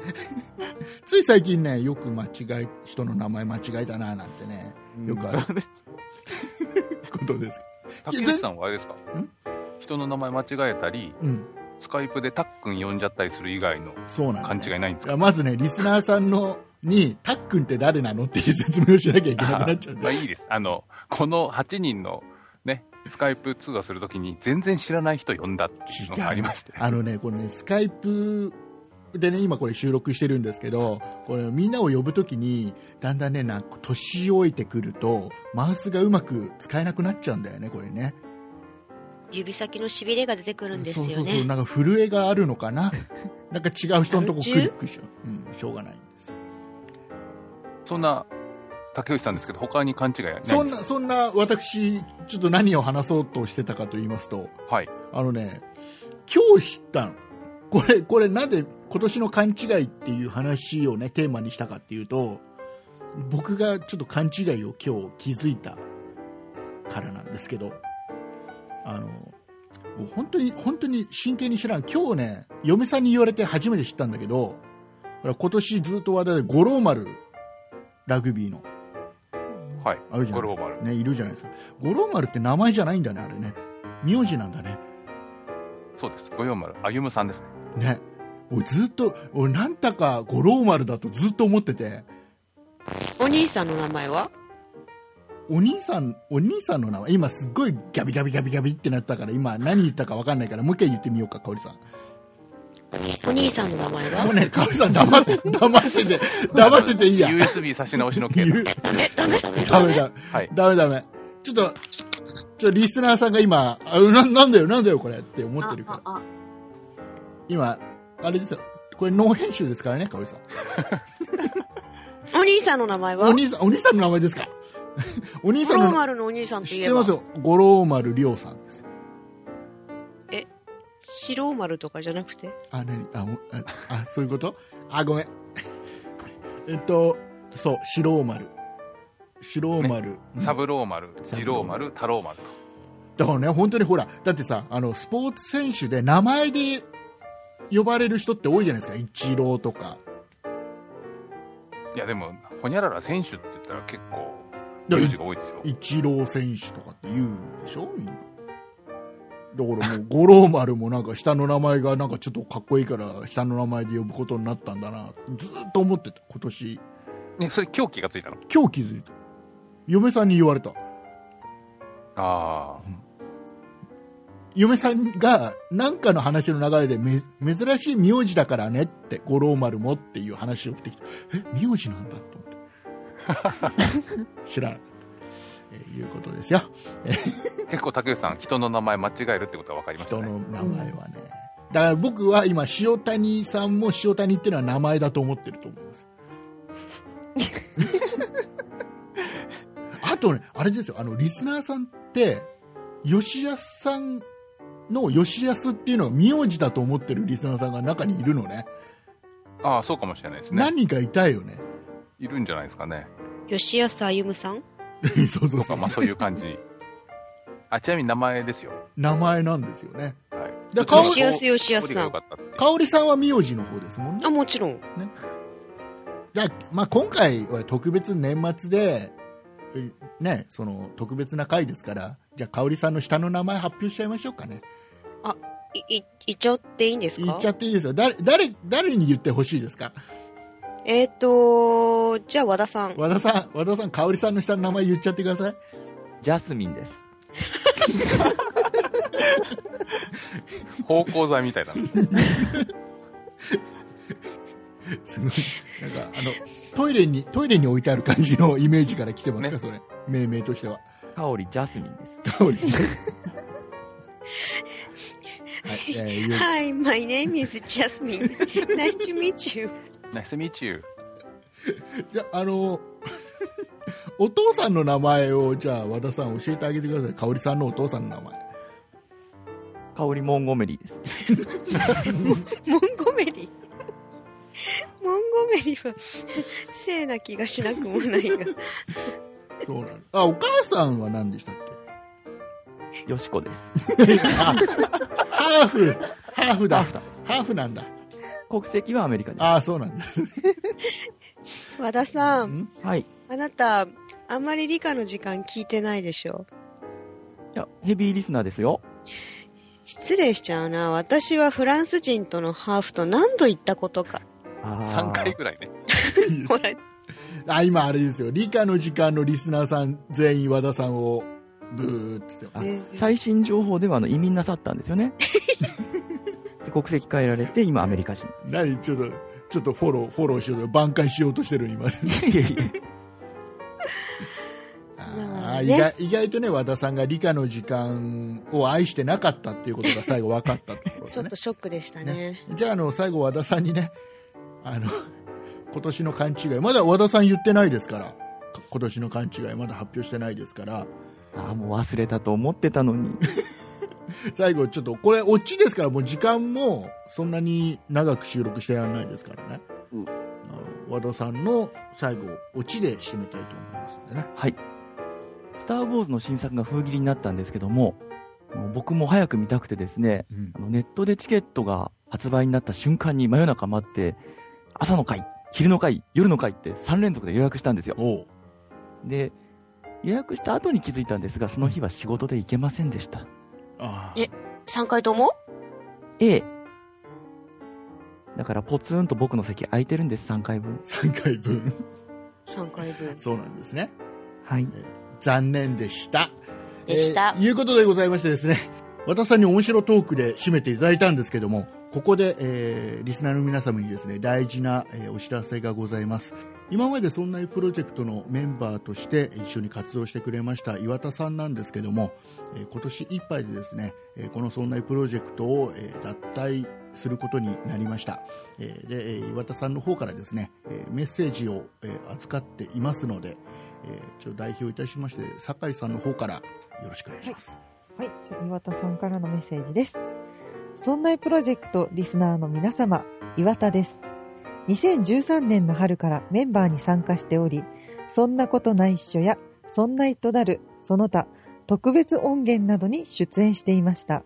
A: つい最近ね、よく間違い、人の名前間違えたななんてね、よくある
F: そうです
A: ことです。
C: 竹内さんはあれですか
A: ん
C: 人の名前間違えたり、
A: うん、
C: スカイプでタックン呼んじゃったりする以外の
A: そうなんだ
C: 勘
A: ね、
C: 違いないんです
A: いや
C: か
A: まずね、リスナーさんのに、たっくんって誰なのっていう説明をしなきゃいけなくなっちゃうん
C: まあ
A: で、
C: いいです。あの、この8人のね、スカイプ通話するときに全然知らない人呼んだっていうのがありまして。
A: あのね、このね、スカイプでね、今これ収録してるんですけど、これみんなを呼ぶときに、だんだんね、なんか年老いてくると、マウスがうまく使えなくなっちゃうんだよね、これね。
B: 指先のしびれが出てくるんですよね。
A: そうそうそうなんか震えがあるのかななんか違う人のとこクリックしちゃう、うん、しょうがないんですよ
C: そんな竹内さんですけど、他に勘違いないんです
A: そんなそんな私ちょっと何を話そうとしてたかと言いますと
C: はい。
A: あのね今日知ったのこれこれなんで今年の勘違いっていう話をねテーマにしたかっていうと僕がちょっと勘違いを今日気づいたからなんですけどあのもう本当に本当に真剣に知らん今日ね嫁さんに言われて初めて知ったんだけどほら今年ずっと話題で五郎丸ラグビーの
C: はい。
A: あるじゃ
C: ゴ
A: ないです
C: ルフ
A: か
C: バル。
A: ねいるじゃないですか五郎丸って名前じゃないんだねあれね名字なんだね
C: そうです。五郎丸。歩夢さんですね。
A: ね俺ずっと俺なんだか五郎丸だとずっと思ってて
B: お兄さんの名前は
A: お兄さんお兄さんの名前今すっごいギャビギャビギャビギャビってなったから今何言ったか分かんないからもう一回言ってみようか香織さん
B: お兄さんの名前
A: もう
B: は
A: ね香織さん黙って黙ってて黙ってていいや
C: USB 差し直しの件
A: 言
C: だ。
A: う
B: ダメ、ダメ、
A: ダメだ
C: はい。
A: ダメダメ。ちょっと、ちょっとリスナーさんが今、あななんだよ、なんだよ、これって思ってるから。今、あれですよ。これ、ノー編集ですからね、かおりさん。
B: お兄さんの名前
A: お
B: は
A: 兄さん、お兄さんの名前ですか お兄
B: 五
A: さんの
B: 郎
A: 名
B: 丸のお兄さんと
A: 前、
B: い
A: 知っ
B: え
A: てま
B: ば
A: す、よ。五郎丸亮さんです。
B: 四郎丸とかじゃなくて
A: あ、なにあ、もうあ、あそういうこと あ、ごめん。えっと、そう、四郎丸。四郎丸。うん
C: サブローマル、ジローマル、タローマルと。
A: だからね、本当にほら、だってさ、あの、スポーツ選手で名前で呼ばれる人って多いじゃないですか。イチローとか。
C: いや、でも、ほにゃらら選手って言ったら結構、
A: だから
C: 名字が多いですよ。
A: イチロー選手とかって言うんでしょみんな。だからもう、五郎丸もなんか下の名前がなんかちょっとかっこいいから、下の名前で呼ぶことになったんだな。ずーっと思ってた、今年。
C: ね、それ狂気がついたの。
A: 今日気づいた。嫁さんに言われた。
C: あ
A: 嫁さんがなんかの話の流れでめ珍しい名字だからねって五郎丸もっていう話をしてきてえ名字なんだと思って知らなかったえーいうことですよ
C: あ。結構竹内さん、人の名前間違えるってことが分かりました
A: 人
C: ね。
A: の名前はね、だから僕は今塩谷さんも塩谷っていうのは名前だと思ってると思いますあとねあれですよあのリスナーさんって吉安さんの吉安っていうのが名字だと思ってるリスナーさんが中にいるのね
C: ああ、そうかもしれないですね。
A: 何人かいたよね
C: いるんじゃないですかね。
B: 吉安歩さん
A: そうそう
C: と
A: そ
C: か、
A: う
C: まあそういう感じ。あ、ちなみに名前ですよ。
A: 名前なんですよね
C: はい。
A: じゃあ顔
B: 吉安吉安さん
C: よかったって
A: 香織さんは名字の方ですもんね
B: あ、もちろん。
A: じゃあ、まあ、今回は特別年末で、えね、その特別な回ですから、じゃあ、香織さんの下の名前発表しちゃいましょうかね。
B: い、い、いちゃっていいんです
A: 言
B: か
A: っちゃっていいですよ。誰、誰、誰に言ってほしいですか
B: えっ、ー、とじゃあ和田さん。
A: 和田さん、和田さん、香織さんの下の名前言っちゃってください。
E: ジャスミンです。
C: 方向剤みたいな。
A: すごい。 なんか、あの、トイレに、トイレに置いてある感じのイメージから来てますか、それ。命名としては。
E: 香りジャスミンです。
A: 香り。はい、えーゆう
B: Hi, my name is Jasmine. nice to meet you.
C: ナイスミーチュー。
A: じゃあ、あの、お父さんの名前を、じゃあ、和田さん教えてあげてください。香織さんのお父さんの名前。
E: 香りモンゴメリーです。
B: モンゴメリ。モンゴメリは、聖な気がしなくもないが。
A: そうなの。あ、お母さんは何でしたっ
E: よしこ です。
A: けあハーフハーフだ。ハ
E: ダフ
A: ー
E: タ
A: フなんだ。
E: 国籍はアメリカで
A: ああ、そうなんです。
B: 和田さん、
E: す。はい。い
B: あなた、あんまり理科の時間聞いてないでしょ。
E: や、ヘビーリスナーですよ。
B: 失礼しちゃうな。私はフランス人とのハーフと何度言ったことか。
E: あー
C: 3回ぐらいね。
B: ほら、
A: あ、今あれですよ。理科の時間のリスナーさん全員和田さんをブーって言ってます。
B: ね
E: 最新情報ではあの移民なさったんです よね。で国籍変えられて、今アメリカ人。
A: 何ちょっと、ちょっとフォロー、フォローしようと、挽回しようとしてる今。
E: いやいや
A: あ
B: まあ
A: ー
B: ね
A: 意外意外とね、和田さんが理科の時間を愛してなかったっていうことが最後分かったってこ
B: ちょ
A: と
B: っ
A: ね
B: と。ショックでしたね。
A: じゃあ、あの、最後和田さんにね、あの、 今年の勘違い、まだ和田さん言ってないですから、か今年の勘違い、まだ発表してないですから、
E: あー、もう忘れたと思ってたのに。
A: 最後ちょっと、これ、オチですから、もう時間もそんなに長く収録してらんないですからね。
C: うん
A: あの和田さんの最後、オチで締めたいと思いますんでね。
E: はい。スター・ウォーズの新作が封切りになったんですけども、もう僕も早く見たくてですね、あのネットでチケットが発売になった瞬間に真夜中待って、朝の回、昼の回、夜の回って3連続で予約したんですよ。
A: おう
E: で、予約した後に気づいたんですが、その日は仕事で行けませんでした。
A: ああ
B: え3回とも
E: A。だからポツンと僕の席空いてるんです、3回分。
A: 3回分。
B: ?3 回分。
A: そうなんですね。
E: はい。
A: 残念でした。
B: でした
A: えーいうことでございましてですね、和田さんに面白トークで締めていただいたんですけども、ここで、えーリスナーの皆様にですね、大事な、えーお知らせがございます。今までそんなプロジェクトのメンバーとして一緒に活動してくれました岩田さんなんですけども、えー今年いっぱいでですね、えーこのそんなプロジェクトを、えー脱退することになりました。えーで、えー岩田さんの方からですね、えーメッセージを、えー扱っていますので、えー、ちょっと代表いたしまして酒井さんの方からよろしくお願いします、
H: はい、じゃあ岩田さんからのメッセージです。そんなプロジェクトリスナーの皆様、岩田です。2013年の春からメンバーに参加しており、そんなことないっしょや、そんないとなる、その他、特別音源などに出演していました。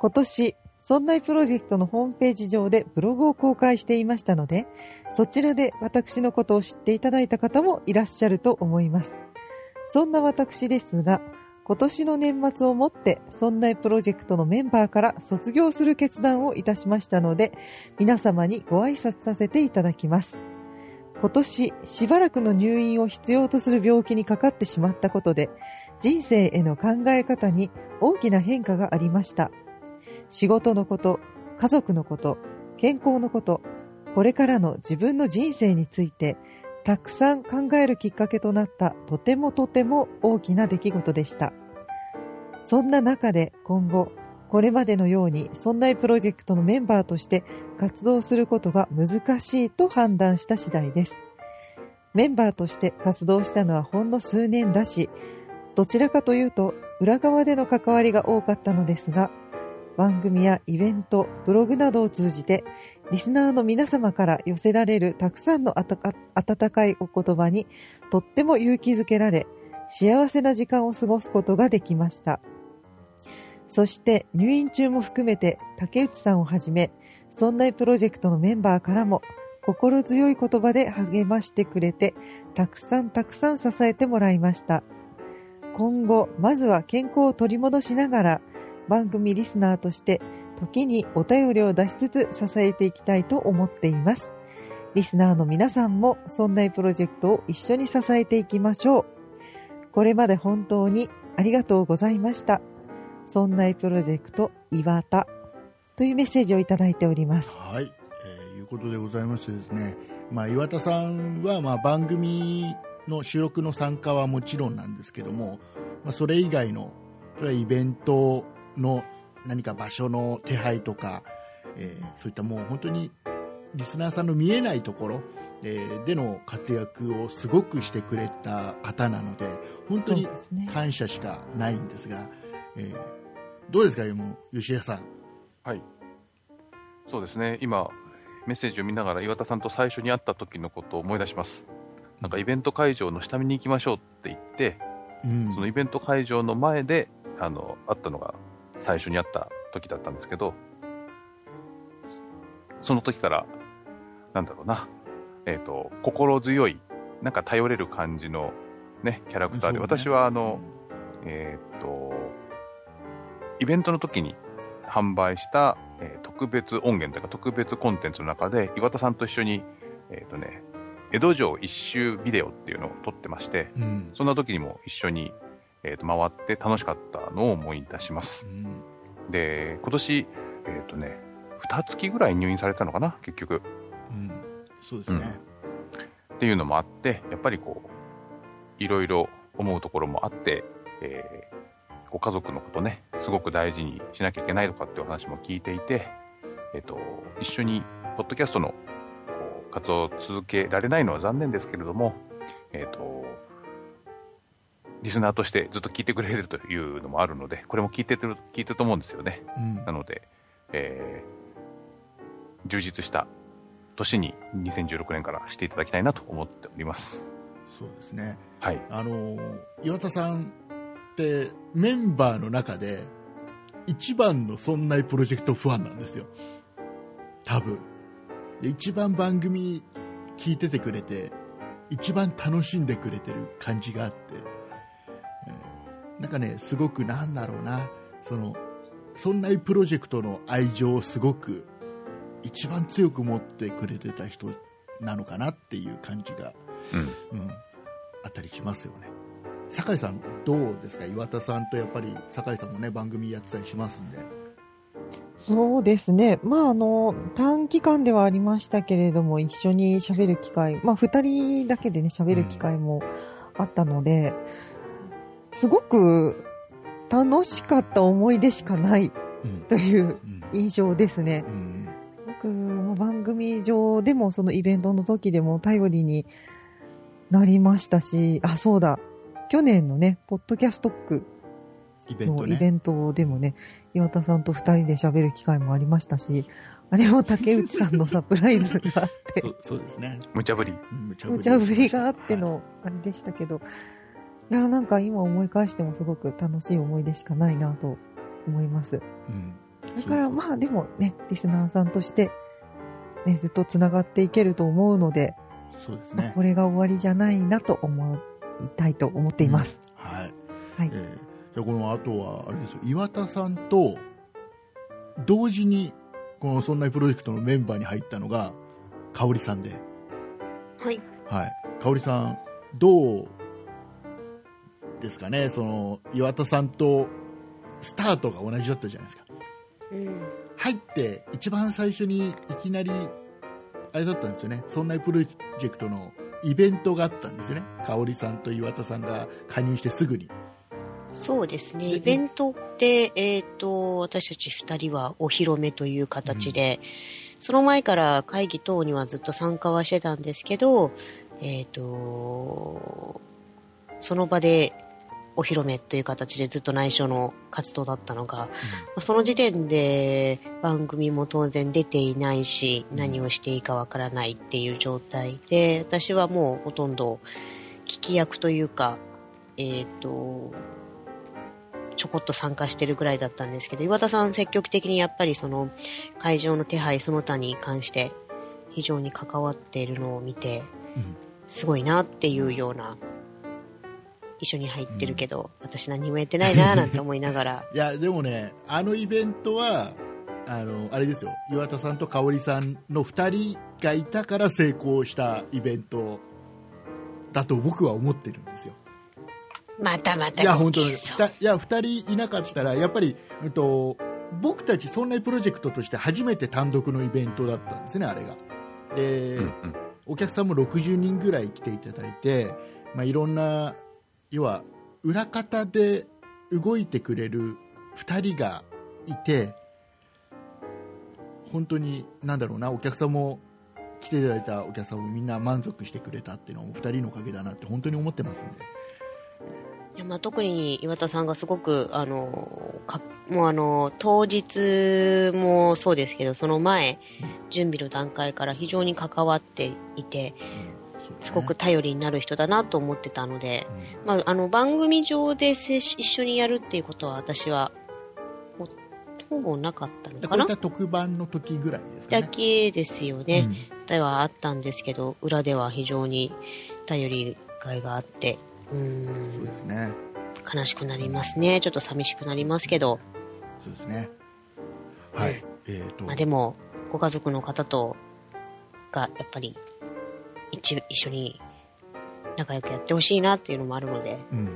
H: 今年、そんなプロジェクトのホームページ上でブログを公開していましたので、そちらで私のことを知っていただいた方もいらっしゃると思います。そんな私ですが、今年の年末をもって、そんなプロジェクトのメンバーから卒業する決断をいたしましたので、皆様にご挨拶させていただきます。今年、しばらくの入院を必要とする病気にかかってしまったことで、人生への考え方に大きな変化がありました。仕事のこと、家族のこと、健康のこと、これからの自分の人生について、たくさん考えるきっかけとなったとてもとても大きな出来事でした。そんな中で今後、これまでのようにそんなプロジェクトのメンバーとして活動することが難しいと判断した次第です。メンバーとして活動したのはほんの数年だし、どちらかというと裏側での関わりが多かったのですが、番組やイベント、ブログなどを通じてリスナーの皆様から寄せられるたくさんのあたか温かいお言葉にとっても勇気づけられ、幸せな時間を過ごすことができました。そして入院中も含めて竹内さんをはじめ、そんなプロジェクトのメンバーからも心強い言葉で励ましてくれて、たくさんたくさん支えてもらいました。今後、まずは健康を取り戻しながら、番組リスナーとして時にお便りを出しつつ支えていきたいと思っています。リスナーの皆さんも、そんなプロジェクトを一緒に支えていきましょう。これまで本当にありがとうございました。そんないプロジェクト岩田というメッセージをいただいております。
A: はい、えーいうことでございましてですね、まあ、岩田さんはまあ番組の収録の参加はもちろんなんですけども、まあ、それ以外の例えばイベントの何か場所の手配とか、えーそういったもう本当にリスナーさんの見えないところ、えーでの活躍をすごくしてくれた方なので本当
H: そう
A: に
H: ですね。
A: 感謝しかないんですが、えーどうですかもう吉田さん。
C: はい。そうですね。今、メッセージを見ながら岩田さんと最初に会った時のことを思い出します。なんかイベント会場の下見に行きましょうって言って、
A: うん
C: そのイベント会場の前で、あの、会ったのが最初に会った時だったんですけど、その時から、なんだろうな、えっ、と、心強い、なんか頼れる感じのね、キャラクターで、
A: そうね
C: 私はあの、えーっと、イベントの時に販売した、えー特別音源というか特別コンテンツの中で岩田さんと一緒に、えーっとね、江戸城一周ビデオっていうのを撮ってまして、
A: うんうん
C: そんな時にも一緒に、えーっと回って楽しかったのを思い出します
A: う。ん
C: で、今年、えーっとね、2月ぐらい入院されたのかな、結局。
A: うん、そうですね、
C: っていうのもあって、やっぱりこう、いろいろ思うところもあって、えーご家族のことね、すごく大事にしなきゃいけないとかっていうお話も聞いていて、えっ、と、一緒に、ポッドキャストのこう活動を続けられないのは残念ですけれども、えっ、と、リスナーとしてずっと聞いてくれてるというのもあるので、これも聞いてる、聞いてると思うんですよね。
A: うん
C: なので、えー充実した年に2016年からしていただきたいなと思っております。
A: そうですね
C: はい。
A: あの岩田さんってメンバーの中で一番のそんなプロジェクトファンなんですよ多分で一番番組聞いててくれて一番楽しんでくれてる感じがあって、えーなんかねすごくなんだろうなそのそんなプロジェクトの愛情をすごく一番強く持ってくれてた人なのかなっていう感じが
C: うん。
A: うん、あったりしますよね。酒井さん、どうですか、岩田さんとやっぱり酒井さんもね番組やってたりしますんで、
H: そうですね。まあ、あの、短期間ではありましたけれども、一緒に喋る機会、まあ、二人だけでね、喋る機会もあったので、すごく楽しかった思い出しかない
A: うん
H: という
A: うん
H: 印象ですね。
A: うん
H: 僕も番組上でもそのイベントの時でも頼りになりましたし、あ、そうだ。去年のね、ポッドキャストック
A: イベント
H: の
A: ね
H: イベントでもね、岩田さんと二人で喋る機会もありましたし、あれも竹内さんのサプライズがあ って
A: そ、うそうですね、
C: 無茶ぶり。
A: うん無茶
H: 無茶ぶりがあってのあれでしたけど、いや、なんか今思い返してもすごく楽しい思い出しかないなと思います。
A: うん
H: だからまあでもね、リスナーさんとして、ね、ずっとつながっていけると思うので、
A: そうです
H: まあ
A: ね、
H: これが終わりじゃないなと思いたいと思っています。
A: はい、
H: はい
A: えーじゃあこの後はあれですよ、岩田さんと同時にこのそんなプロジェクトのメンバーに入ったのが香織さんで、
B: はい。
A: はい、香織さん、どうですかね、その岩田さんとスタートが同じだったじゃないですか、
B: うん。
A: 入って一番最初にいきなり、あれだったんですよね、そんなプロジェクトのイベントがあったんですよね、香織さんと岩田さんが加入してすぐに。
B: そうですね。
A: で
B: イベントって、えっ、と、私たち二人はお披露目という形で、その前から会議等にはずっと参加はしてたんですけど、えっ、と、その場でお披露目という形でずっと内緒の活動だったのが、まあその時点で番組も当然出ていないし、何をしていいかわからないっていう状態で、私はもうほとんど聞き役というか、えっ、と、ちょこっと参加してるぐらいだったんですけど、岩田さん積極的にやっぱりその会場の手配その他に関して非常に関わっているのを見て、
A: うん
B: すごいなっていうような、一緒に入ってるけど、私何もやってないなーなんて思いながら、
A: いやでもね、あのイベントはあのあれですよ岩田さんと香織さんの2人がいたから成功したイベントだと僕は思ってるんですよ。
J: またまた
A: いや、
J: ご
A: 本当に。
J: 謙
A: い
J: 遜
A: や、二人いなかったら、やっぱり、うんと、僕たち、そんなプロジェクトとして初めて単独のイベントだったんですね、あれが。で、
K: うんうん
A: お客さんも60人ぐらい来ていただいて、まあ、いろんな、要は、裏方で動いてくれる2人がいて、本当に、なんだろうな、お客さんも、来ていただいたお客さんもみんな満足してくれたっていうのも2人のおかげだなって本当に思ってますんで。
J: いやまあ、特に岩田さんがすごくあのかもうあの当日もそうですけどその前準備の段階から非常に関わっていて
A: そう
J: すごく
A: ね、
J: 頼りになる人だなと思ってたので、
A: うん
J: まあ、あの番組上で接し一緒にやるっていうことは私はほほぼなかったの
A: こ
J: か
A: うい
J: な
A: った特番の時ぐらいですか
J: だ
A: ね。
J: けですよね、ではあったんですけど裏では非常に頼りがいがあってうー
A: うん、そうんですね。
J: 悲しくなりますねちょっと寂しくなりますけど、
A: そうですね。はい。えっ、と、
J: まあ、でもご家族の方とがやっぱり一一緒に仲良くやってほしいなっていうのもあるので
A: うん。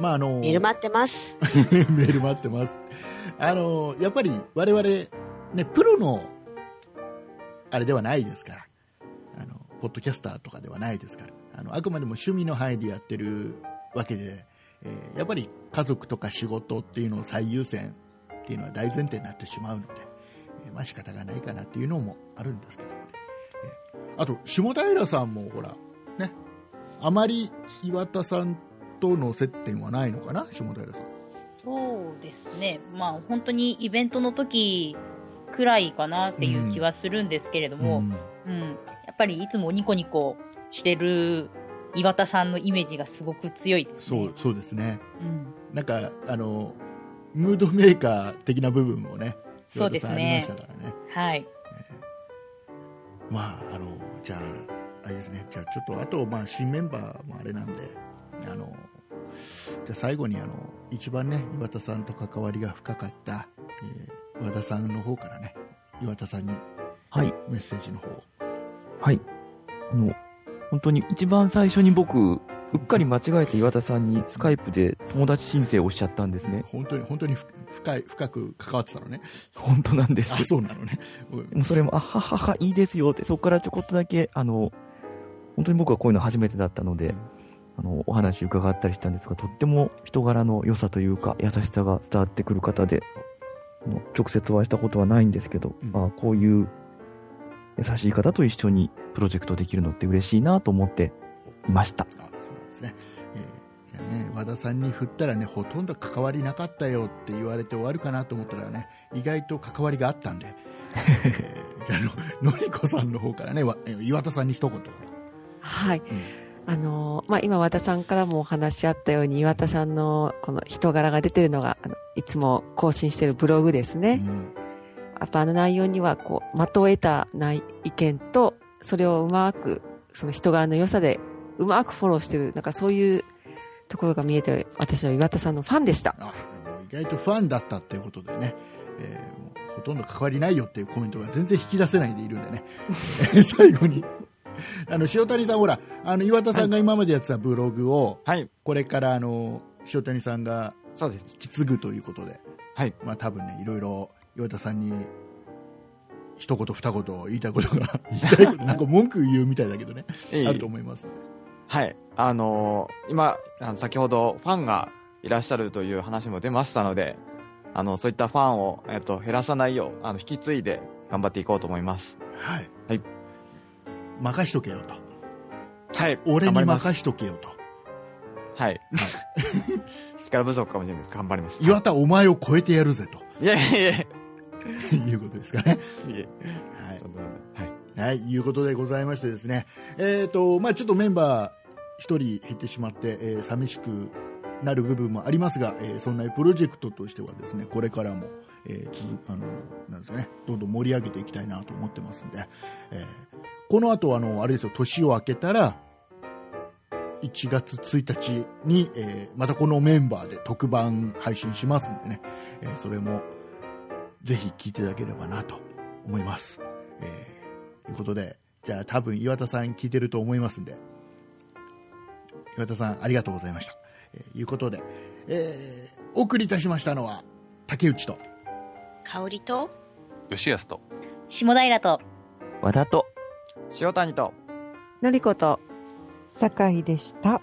A: まああの
J: メール待ってます
A: メール待ってます。あのやっぱり我々ねプロのあれではないですから、あのポッドキャスターとかではないですから、あのあくまでも趣味の範囲でやってるわけで、えーやっぱり家族とか仕事っていうのを最優先っていうのは大前提になってしまうので、えーまあ仕方がないかなっていうのもあるんですけど、ね、えーあと下平さんもほらね、あまり岩田さんとの接点はないのかな下平さん。
D: そうですね、まあ、本当にイベントの時くらいかなっていう気はするんですけれども、うんやっぱりいつもニコニコしてる岩田さんのイメージがすごく強いです
A: そ
D: ね
A: う。そうですね
D: うん、
A: なんかあのムードメーカー的な部分もね
D: そうですね
A: 岩田さんありましたからね
D: はい、
A: まああのじゃああれですねじゃあちょっとあと、まあ、新メンバーもあれなんであのじゃあ最後にあの一番ね岩田さんと関わりが深かった、えー、和田さんの方からね岩田さんに
E: はい。
A: メッセージの方を
E: はい。あの、本当に一番最初に僕、うっかり間違えて岩田さんにスカイプで友達申請をしちゃったんですね。
A: 本当に本当にふ深い深く関わってたのね
E: 本当なんです
A: あ。そうなのねうん
E: でもそれも、あはははいいですよって、そこからちょこっとだけ、あの、本当に僕はこういうの初めてだったので、あの、お話伺ったりしたんですが、とっても人柄の良さというか、優しさが伝わってくる方で、あの直接お会いしたことはないんですけど、
A: うん
E: あこういう優しい方と一緒にプロジェクトできるのって嬉しいなと思っていました。
A: あそうなんですね,、えーじゃあね和田さんに振ったらねほとんど関わりなかったよって言われて終わるかなと思ったらね意外と関わりがあったんで、えーじゃあののりこさんの方からねわえー岩田さんに一言
G: はい。あのーまあ、今和田さんからもお話しあったように、岩田さんのこの人柄が出てるのが、あのいつも更新してるブログです
A: う
G: ね。
A: ん
G: やっぱあの内容には、こう、的を得たない意見と、それをうまく、その人柄の良さで、うまくフォローしてる、なんかそういうところが見えて、私は岩田さんのファンでした。
A: あでも意外とファンだったっていうことでね、えーもうほとんど関わりないよっていうコメントが全然引き出せないでいるんでねえー 最後にあの塩谷さんほらあの岩田さんが今までやってたブログを
F: はい、
A: これからあの塩谷さんが
F: そうです。
A: 引き継ぐということで、
F: はい、
A: まあ多分ね、いろいろ岩田さんに一言二言言いたいことが、 言いたいこと、なんか文句言うみたいだけどね、
F: いい
A: あると思います。
F: はい。あのー今、あの先ほどファンがいらっしゃるという話も出ましたので、あの、そういったファンを、えっと、減らさないよう、あの、引き継いで頑張っていこうと思います。
A: はい。
F: はい。
A: 任しとけよと。
F: はい。
A: 俺
F: 頑張
A: に
F: ります。
A: 任しとけよと。
F: はい。 力不足かもしれないです。頑張ります。
A: 岩田、お前を超えてやるぜと。
F: いやいやいやい
A: いうことですかね。
F: やいや
A: はい。
F: はい。
A: はい、いうことでございましてですね、えーとまあ、ちょっとメンバー1人減ってしまって、えー寂しくなる部分もありますが、えーそんなプロジェクトとしてはですねこれからも、えー続あのなんですかね、どんどん盛り上げていきたいなと思ってますんで、えーこの後あのあれですよ年を明けたら1月1日に、えーまたこのメンバーで特番配信しますんでね、えーそれもぜひ聞いていただければなと思います。えーということで、じゃあ多分岩田さん聞いてると思いますんで、岩田さんありがとうございました。えーいうことで、えーお送りいたしましたのは竹内と
B: 香りと
C: 吉安と
L: 下平と、
I: 和田と
F: 塩谷と
G: のりこと
H: 酒井でした。